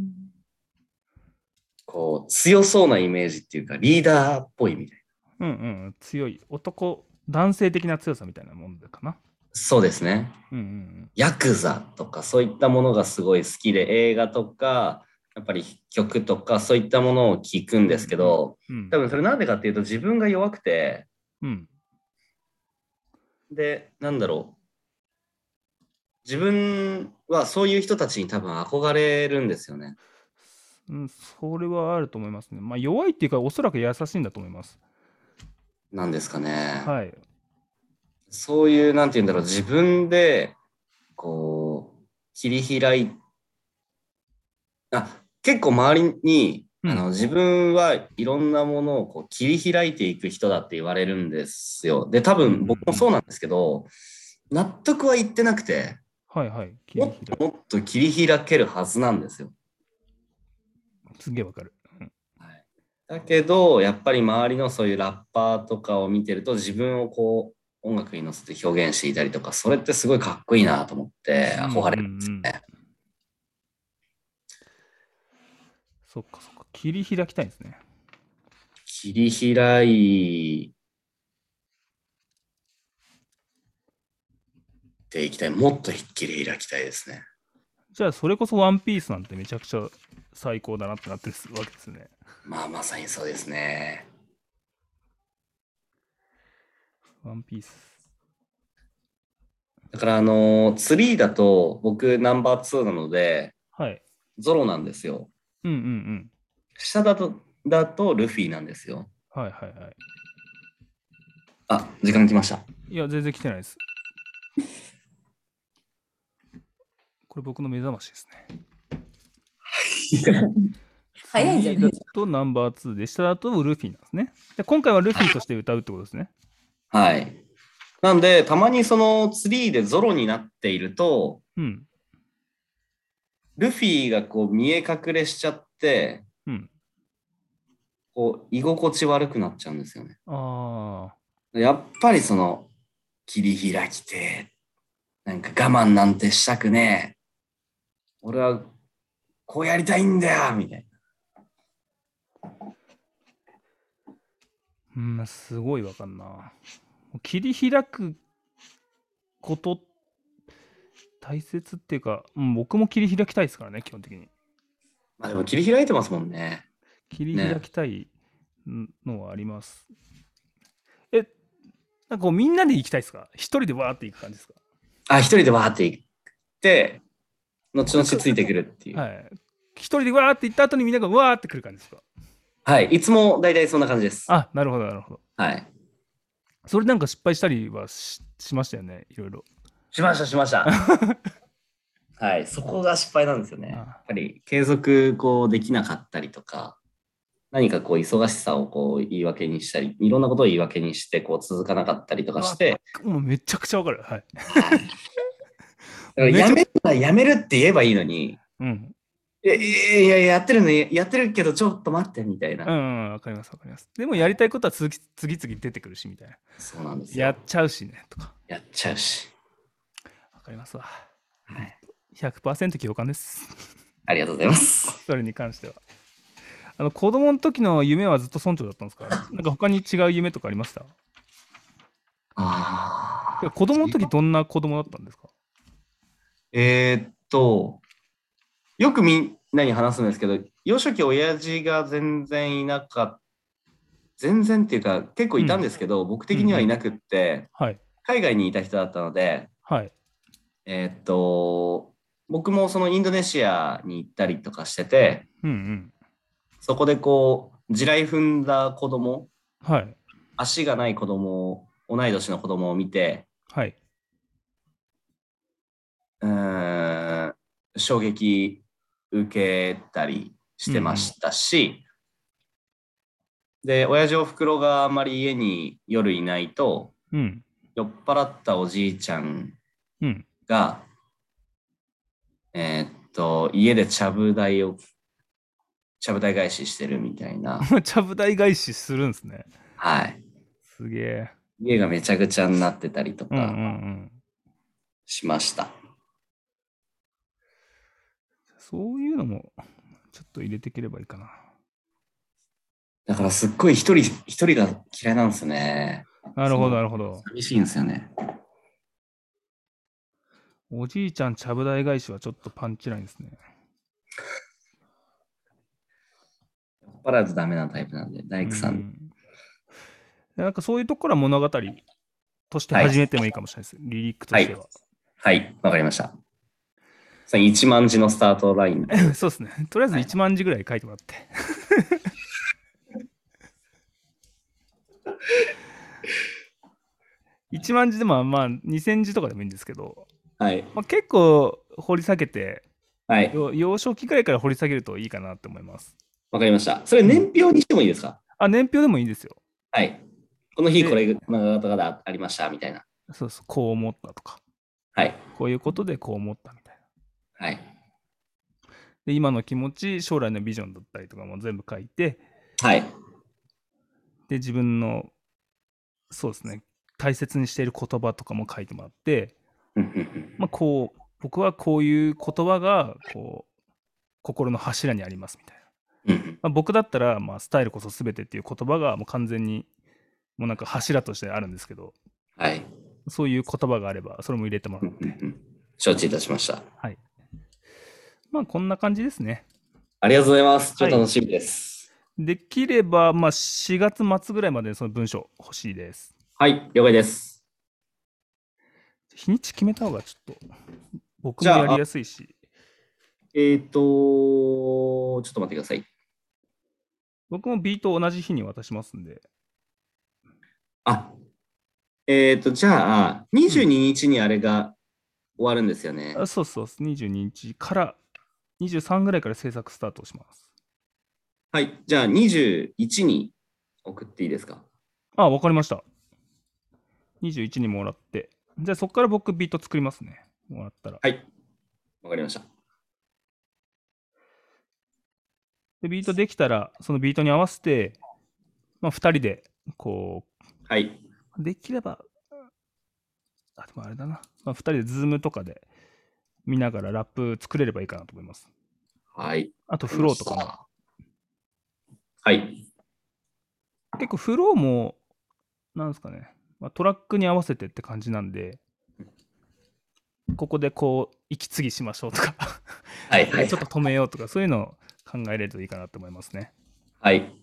[SPEAKER 2] こう強そうなイメージっていうかリーダーっぽいみたいな。
[SPEAKER 1] うんうん。強い。男、男性的な強さみたいなもんだかな。
[SPEAKER 2] そうですね。
[SPEAKER 1] うんうんうん。
[SPEAKER 2] ヤクザとかそういったものがすごい好きで映画とかやっぱり曲とかそういったものを聞くんですけど、
[SPEAKER 1] うん
[SPEAKER 2] 多分それなんでかっていうと自分が弱くて
[SPEAKER 1] うん。
[SPEAKER 2] でなんだろう自分はそういう人たちに多分憧れるんですよね。
[SPEAKER 1] うん、それはあると思いますね。まあ、弱いっていうか、おそらく優しいんだと思います。
[SPEAKER 2] なんですかね。
[SPEAKER 1] はい。
[SPEAKER 2] そういうなんて言うんだろう自分でこう切り開いあ結構周りに、
[SPEAKER 1] うん
[SPEAKER 2] あの自分はいろんなものをこう切り開いていく人だって言われるんですよ。で多分僕もそうなんですけど納得はいってなくて。
[SPEAKER 1] はいはい。切り
[SPEAKER 2] も
[SPEAKER 1] 開
[SPEAKER 2] っ
[SPEAKER 1] い
[SPEAKER 2] ともっと切り開けるはずなんですよ。
[SPEAKER 1] すげえわかる。
[SPEAKER 2] だけどやっぱり周りのそういうラッパーとかを見てると自分をこう音楽に乗せて表現していたりとかそれってすごいかっこいいなと思って憧れるんですよね。
[SPEAKER 1] そっかそっか。切り開きたいんですね。
[SPEAKER 2] 切り開いていきたいもっと切り開きたいですね。
[SPEAKER 1] じゃあ、それこそワンピースなんてめちゃくちゃ最高だなってなってるわけですね。
[SPEAKER 2] まあまさにそうですね。
[SPEAKER 1] ワンピース。
[SPEAKER 2] だからあのツリーだと僕ナンバー2なので
[SPEAKER 1] はい。
[SPEAKER 2] ゾロなんですよ。
[SPEAKER 1] うんうんうん。
[SPEAKER 2] 下だと、だとルフィなんですよ。
[SPEAKER 1] はいはいはい。
[SPEAKER 2] あ、時間来ました。
[SPEAKER 1] いや、全然来てないです。これ僕の目覚ましですね。
[SPEAKER 3] 早いんじゃない
[SPEAKER 1] 次だとナンバー2で、下だとルフィなんですね。で今回はルフィとして歌うってことですね。
[SPEAKER 2] はい。なんで、たまにそのツリーでゾロになっていると、
[SPEAKER 1] うん。
[SPEAKER 2] ルフィがこう見え隠れしちゃって、
[SPEAKER 1] うん
[SPEAKER 2] こう居心地悪くなっちゃうんですよね。
[SPEAKER 1] あ
[SPEAKER 2] やっぱりその、切り開きてえ、なんか我慢なんてしたくねえ、俺はこうやりたいんだよみたいな。
[SPEAKER 1] うん、すごいわかんな。切り開くこと、大切っていうか、うん、僕も切り開きたいですからね、基本的に。
[SPEAKER 2] まあでも切り開いてますもんね。
[SPEAKER 1] 切り開きたいのはあります。え、なんかこうみんなで行きたいですか一人でわーって行く感じですか
[SPEAKER 2] あ、一人でわーって行って、後々ついてくるっていう。は、
[SPEAKER 1] はいい。一人でわーって行った後にみんながわーって来る感じですか
[SPEAKER 2] い。つも大体そんな感じです。
[SPEAKER 1] あ、なるほど、なるほど。
[SPEAKER 2] はい。
[SPEAKER 1] それなんか失敗したりはししましたよね、いろいろ。
[SPEAKER 2] しました、しま した。はい。そこが失敗なんですよね。やっ
[SPEAKER 1] あ
[SPEAKER 2] ぱり継続こうできなかったりとか、何かこう忙しさをこう言い訳にしたり、いろんなことを言い訳にしてこう続かなかったりとかして、
[SPEAKER 1] もうめちゃくちゃわかる。はい。
[SPEAKER 2] だから
[SPEAKER 1] めちゃ
[SPEAKER 2] やめるならやめるって言えばいいのに、
[SPEAKER 1] うん。
[SPEAKER 2] いやいやいや、やってるね、やってるけどちょっと待ってみたいな。
[SPEAKER 1] うんうん、わかります、わかります。でもやりたいことは次次々出てくるし、みたいな。
[SPEAKER 2] そうなんですよ。
[SPEAKER 1] やっ
[SPEAKER 2] や
[SPEAKER 1] ちゃうしね、とか。
[SPEAKER 2] っちゃうし。
[SPEAKER 1] わかりますわ。
[SPEAKER 2] はい。
[SPEAKER 1] 100%共感です。
[SPEAKER 2] ありがとうございます。
[SPEAKER 1] それに関しては。あの子供の時の夢はずっと村長だったんですかなんか他に違う夢とかありました
[SPEAKER 2] あ
[SPEAKER 1] てか子供の時どんな子供だったんですか
[SPEAKER 2] えーっと、よくみんなに話すんですけど、幼少期親父が全然いなかった。全然っていうか結構いたんですけど、僕的にはいなくって、
[SPEAKER 1] はい。
[SPEAKER 2] 海外にいた人だったので、
[SPEAKER 1] はい。
[SPEAKER 2] えーっと僕もそのインドネシアに行ったりとかしてて
[SPEAKER 1] うんうん。
[SPEAKER 2] そこでこう地雷踏んだ子供
[SPEAKER 1] はい。
[SPEAKER 2] 足がない子供を同い年の子供を見て
[SPEAKER 1] はい。
[SPEAKER 2] うーん衝撃受けたりしてましたし、で親父おふくろがあんまり家に夜いないと
[SPEAKER 1] うん。
[SPEAKER 2] 酔っ払ったおじいちゃん
[SPEAKER 1] うん。
[SPEAKER 2] がえーっと家でちゃぶ台をちゃぶ台返ししてるみたい な
[SPEAKER 1] ちゃぶ台返しするんですね。
[SPEAKER 2] はい
[SPEAKER 1] すげえ。
[SPEAKER 2] 家がめちゃくちゃになってたりと
[SPEAKER 1] うんうんう
[SPEAKER 2] か
[SPEAKER 1] ん。
[SPEAKER 2] しました、
[SPEAKER 1] そういうのもちょっと入れていければいいかな。
[SPEAKER 2] だからすっごい一人一人が嫌いなんですよね
[SPEAKER 1] なるほ
[SPEAKER 2] そう
[SPEAKER 1] ど、なるほど。
[SPEAKER 2] 寂しいんですよね
[SPEAKER 1] おじいちゃんちゃぶ台返しはちょっとパンチラインですね。
[SPEAKER 2] 酔っ払うとダメなタイプなんで、大工さん。
[SPEAKER 1] うんなんかそういうところは物語として始めてもいいかもしれないです。リリックとしては。
[SPEAKER 2] はい、わかりました。さあ1万字のスタートライン。
[SPEAKER 1] そうですね。とりあえず
[SPEAKER 2] はい
[SPEAKER 1] 1万字ぐらい書いてもらって。1万字でもまあ2000字とかでもいいんですけど、
[SPEAKER 2] はい。
[SPEAKER 1] まあ、結構掘り下げて
[SPEAKER 2] はい、
[SPEAKER 1] よ幼少期ぐらいから掘り下げるといいかなと思います。
[SPEAKER 2] わかりました。それ年表にしてもいいですか
[SPEAKER 1] あ、年表でもいいですよ。
[SPEAKER 2] はい。この日
[SPEAKER 1] で
[SPEAKER 2] これ、この方がありました、みたいな。
[SPEAKER 1] そうそう、こう思ったとか、
[SPEAKER 2] はい。
[SPEAKER 1] こういうことでこう思ったみたいな。
[SPEAKER 2] はい。
[SPEAKER 1] で、今の気持ち、将来のビジョンだったりとかも全部書いて、
[SPEAKER 2] はい。
[SPEAKER 1] で、自分の、そうですね、大切にしている言葉とかも書いてもらって、
[SPEAKER 2] うんうんうん
[SPEAKER 1] まあ、こう、僕はこういう言葉が、こう、心の柱にありますみたいな。
[SPEAKER 2] うんうん
[SPEAKER 1] まあ、僕だったら、まあ、スタイルこそ全てっていう言葉がもう完全に、もうなんか柱としてあるんですけど、
[SPEAKER 2] はい。
[SPEAKER 1] そういう言葉があれば、それも入れてもら
[SPEAKER 2] うん
[SPEAKER 1] っ
[SPEAKER 2] う
[SPEAKER 1] て。
[SPEAKER 2] んうん承知いたしました。
[SPEAKER 1] まあ、こんな感じですね。
[SPEAKER 2] ありがとうございます。ちょっと
[SPEAKER 1] はい
[SPEAKER 2] 楽しみです。
[SPEAKER 1] できれば、まあ、4月末ぐらいまでにその文章欲しいです。
[SPEAKER 2] はい、了解です。
[SPEAKER 1] 日にち決めた方がちょっと、僕
[SPEAKER 2] じ
[SPEAKER 1] も
[SPEAKER 2] ゃあ
[SPEAKER 1] やりやすいし、
[SPEAKER 2] えっ、ー、とちょっと待ってください。
[SPEAKER 1] 僕もビートを同じ日に渡しますんで、
[SPEAKER 2] あ、えっ、と、じゃあ、22日にあれが終わるんですよね。
[SPEAKER 1] あそうそう、22日から23ぐらいから制作スタートします。
[SPEAKER 2] はい、じゃあ21に送っていいですか
[SPEAKER 1] あ、わかりました。21にもらって、じゃあそこから僕ビート作りますね。もらったら。
[SPEAKER 2] はい。わかりました。
[SPEAKER 1] で、ビートできたら、そのビートに合わせて、まあ、2人で、こう、
[SPEAKER 2] はい。
[SPEAKER 1] できれば、あ、でもあれだな。まあ、2人でズームとかで見ながらラップ作れればいいかなと思います。
[SPEAKER 2] はい。
[SPEAKER 1] あとフローとかも。
[SPEAKER 2] はい。
[SPEAKER 1] 結構フローも、なんですかね、まあ、トラックに合わせてって感じなんで、ここでこう、息継ぎしましょうとか、
[SPEAKER 2] はい
[SPEAKER 1] ちょっと止めようとか、そういうのを考えれるといいかなと思いますね。
[SPEAKER 2] はい。ありが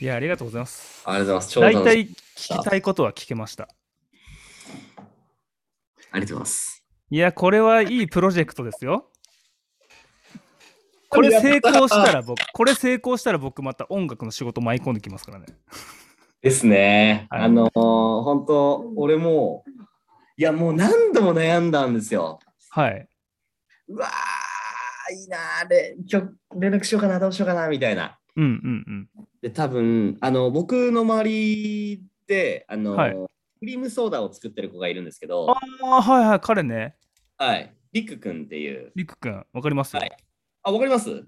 [SPEAKER 1] いや、ありがとうございます。
[SPEAKER 2] とうございます。超楽
[SPEAKER 1] 大
[SPEAKER 2] し
[SPEAKER 1] 体聞きたいことは聞けました。
[SPEAKER 2] ありがとうございます。
[SPEAKER 1] いや、これはいいプロジェクトですよ。これ成功したら僕、これ成功したら僕また音楽の仕事舞い込んできますからね。
[SPEAKER 2] ですね。
[SPEAKER 1] はい
[SPEAKER 2] あのー本当俺も、いや、もう何度も悩んだんですよ。
[SPEAKER 1] はい。
[SPEAKER 2] うわー、いいなー、れ今日連絡しようかな、どうしようかな、みたいな。
[SPEAKER 1] うんうん
[SPEAKER 2] で、多分、あの、僕の周りで、あのー
[SPEAKER 1] はい
[SPEAKER 2] クリームソーダを作ってる子がいるんですけ
[SPEAKER 1] うん。
[SPEAKER 2] ど
[SPEAKER 1] あ、あ、はいはい、彼ね、
[SPEAKER 2] はい。りくくんっていう。
[SPEAKER 1] りくくん、わかりますよ。は
[SPEAKER 2] は
[SPEAKER 1] いい。
[SPEAKER 2] あ、わかります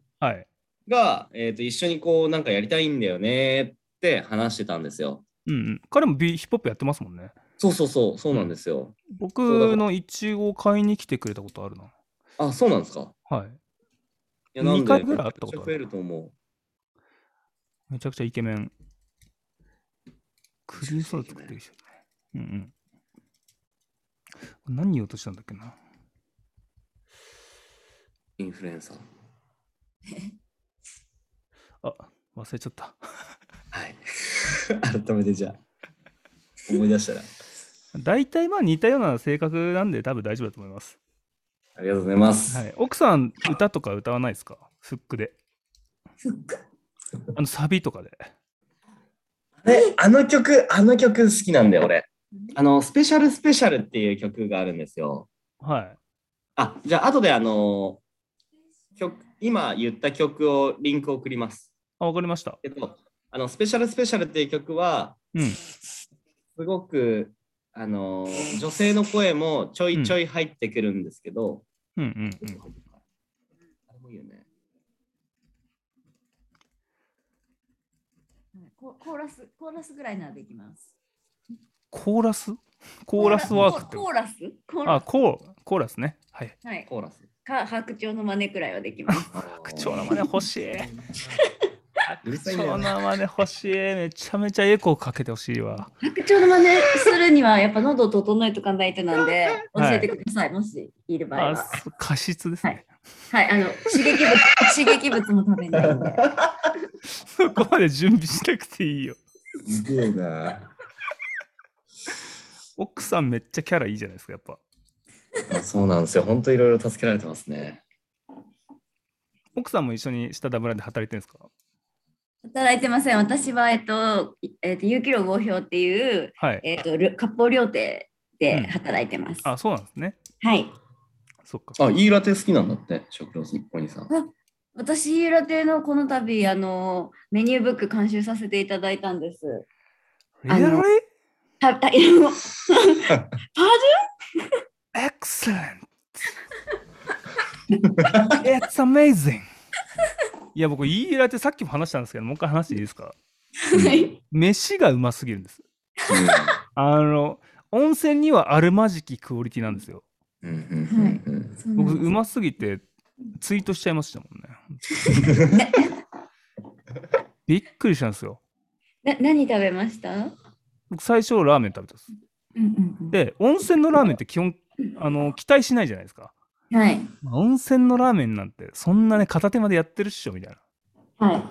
[SPEAKER 2] が、えっ、と、一緒にこう、なんかやりたいんだよねーって話してたんですよ。
[SPEAKER 1] うんうん。彼もビヒップホップやってますもんね。
[SPEAKER 2] そうそうそう、そうなんですよ。
[SPEAKER 1] 僕のイチゴを買いに来てくれたことあるな。
[SPEAKER 2] あ、そうなんですか。
[SPEAKER 1] はい。
[SPEAKER 2] いや、なん
[SPEAKER 1] 二
[SPEAKER 2] で、
[SPEAKER 1] 回ぐらい会ったことある
[SPEAKER 2] めちゃくちゃ増えると思
[SPEAKER 1] めちゃくちゃイケメン。クリーンソーダ作ってる人ね。うんうん。何言おうとしたんだっけな。
[SPEAKER 2] う。インフルエンサー。
[SPEAKER 1] あ、忘れちゃった。
[SPEAKER 2] はい。改めてじゃあ、思い出したら。
[SPEAKER 1] 大体まあ似たような性格なんで多分大丈夫だと思います。
[SPEAKER 2] ありがとうございます。
[SPEAKER 1] はい、奥さん歌とか歌わないですかフックで。
[SPEAKER 3] フック
[SPEAKER 1] あのサビとかで。
[SPEAKER 2] で、あの曲、あの曲好きなんだよ、俺。あの、スペシャルスペシャルっていう曲があるんですよ。
[SPEAKER 1] はい。
[SPEAKER 2] あ、じゃあ、後であの曲、今言った曲をリンク送ります。
[SPEAKER 1] あ、わかりました。
[SPEAKER 2] えっと、あの、スペシャルスペシャルっていう曲は、
[SPEAKER 1] うん。
[SPEAKER 2] すごく、あの女性の声もちょいちょい入ってくるんですけど、
[SPEAKER 1] うんうんうん。
[SPEAKER 2] あれもいいよね。
[SPEAKER 3] ココーラス、コーラスぐらいならできます。
[SPEAKER 1] コーラスコーラスワークって
[SPEAKER 3] コ。ーラスコー
[SPEAKER 1] あ、
[SPEAKER 3] ラス
[SPEAKER 1] コー、コーラスね。はい。
[SPEAKER 3] はい。
[SPEAKER 2] コーラス。
[SPEAKER 3] か白鳥の真似くらいはできます。
[SPEAKER 1] 白鳥の真似欲し い。
[SPEAKER 2] うるさい
[SPEAKER 1] 白
[SPEAKER 2] んだよ
[SPEAKER 1] 鳥
[SPEAKER 2] な
[SPEAKER 1] の真似欲しい。めちゃめちゃエコーかけてほしいわ。
[SPEAKER 3] 白鳥の真似するにはやっぱ喉を整えとかないとなんで教
[SPEAKER 1] はい
[SPEAKER 3] えてください、もしいる場合
[SPEAKER 1] あ、
[SPEAKER 3] は。
[SPEAKER 1] そう過失ですね。
[SPEAKER 3] はい、あの刺激物 刺激物も食べないんで。
[SPEAKER 1] そこまで準備しなくていいよ。
[SPEAKER 2] すげえな。
[SPEAKER 1] 奥さんめっちゃキャラいいじゃないですか、やっぱ。
[SPEAKER 2] そうなんですよ。本当いろいろ助けられてますね。
[SPEAKER 1] 奥さんも一緒に下ダブラで働いてるんですか
[SPEAKER 3] 働いてません。私はえっといえっと有機炉合評っていう
[SPEAKER 1] はい。
[SPEAKER 3] えっとりょ割烹料亭
[SPEAKER 1] うん
[SPEAKER 3] で働いてます。
[SPEAKER 1] あ、そうなんですね。
[SPEAKER 3] はい。
[SPEAKER 1] そっか。
[SPEAKER 2] あ、イーラテ好きなんだって、食料日本にさん。
[SPEAKER 3] 私イーラテのこの度あのメニューブック監修させていただいたんです。
[SPEAKER 1] リ
[SPEAKER 3] あ
[SPEAKER 1] アル
[SPEAKER 3] のた たパードゥン
[SPEAKER 1] エクセレント It's amazing! いや、僕、言いられてさっきも話したんですけど、もう一回話していいですか
[SPEAKER 3] はい
[SPEAKER 1] 飯がうますぎるんです。あの、温泉にはあるまじきクオリティなんですよ。
[SPEAKER 2] うんうんうんうん
[SPEAKER 3] そうなん
[SPEAKER 1] 僕、
[SPEAKER 3] です
[SPEAKER 1] うますぎてツイートしちゃいましたもんね。 びっくりしたんですよ。
[SPEAKER 3] な何食べました？
[SPEAKER 1] 僕、最初ラーメン食べたんです。
[SPEAKER 3] うんうん
[SPEAKER 1] で、温泉のラーメンって基本、あの、期待しないじゃないですか。
[SPEAKER 3] うん。はい
[SPEAKER 1] まあ温泉のラーメンなんて、そんなね、片手までやってるっしょ、みたいな。
[SPEAKER 3] はい。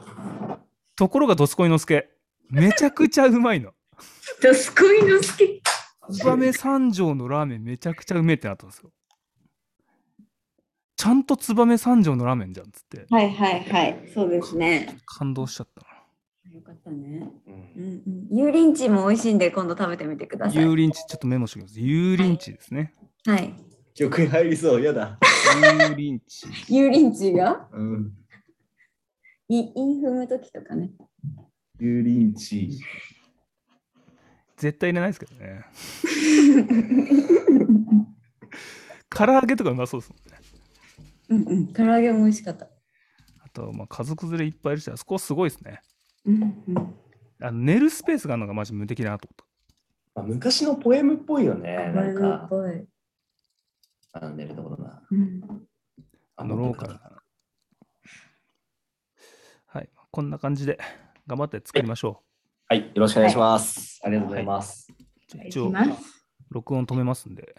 [SPEAKER 1] ところがどすこいのすけめちゃくちゃうまいの
[SPEAKER 3] ドスコイの好き。
[SPEAKER 1] 燕三条のラーメンめちゃくちゃうめえってなったんですよちゃんと燕三条のラーメンじゃんっつって
[SPEAKER 3] はいはいはい。そうですね。
[SPEAKER 1] 感動しちゃった
[SPEAKER 3] よかったね。
[SPEAKER 2] うん
[SPEAKER 3] うんうん。油淋鶏も美味しいんで今度食べてみてくだ
[SPEAKER 1] な
[SPEAKER 3] さい。
[SPEAKER 1] 油淋鶏ちょっとメモしておきます油淋鶏ですね
[SPEAKER 3] はい。
[SPEAKER 2] 曲に入りそう、やだ。
[SPEAKER 1] 油淋 鶏
[SPEAKER 3] 油淋鶏が
[SPEAKER 2] うん。
[SPEAKER 3] インイン踏む時とかね。
[SPEAKER 2] 油淋鶏。
[SPEAKER 1] 絶対入れないですけどね唐揚げとかうまそうですもんね
[SPEAKER 3] うんうん。唐揚げも美味しかった。
[SPEAKER 1] あとまあ家族連れいっぱいいるしあそこすごいですね
[SPEAKER 3] うんうん。
[SPEAKER 1] あの寝るスペースがあるのがマジ無敵だなと思った
[SPEAKER 2] まあ、昔のポエムっぽいよね。なん
[SPEAKER 3] っ
[SPEAKER 2] か、
[SPEAKER 3] ぽい。
[SPEAKER 2] あの寝るところな。
[SPEAKER 3] うん
[SPEAKER 1] あのローカルな。はい、こんな感じで頑張って作りましょ
[SPEAKER 5] はい、よろしくお願いします。
[SPEAKER 2] ありがとうございます。
[SPEAKER 1] ちょ
[SPEAKER 6] い
[SPEAKER 1] 一
[SPEAKER 6] き
[SPEAKER 1] 応
[SPEAKER 6] ます。
[SPEAKER 1] 録音止めますんで。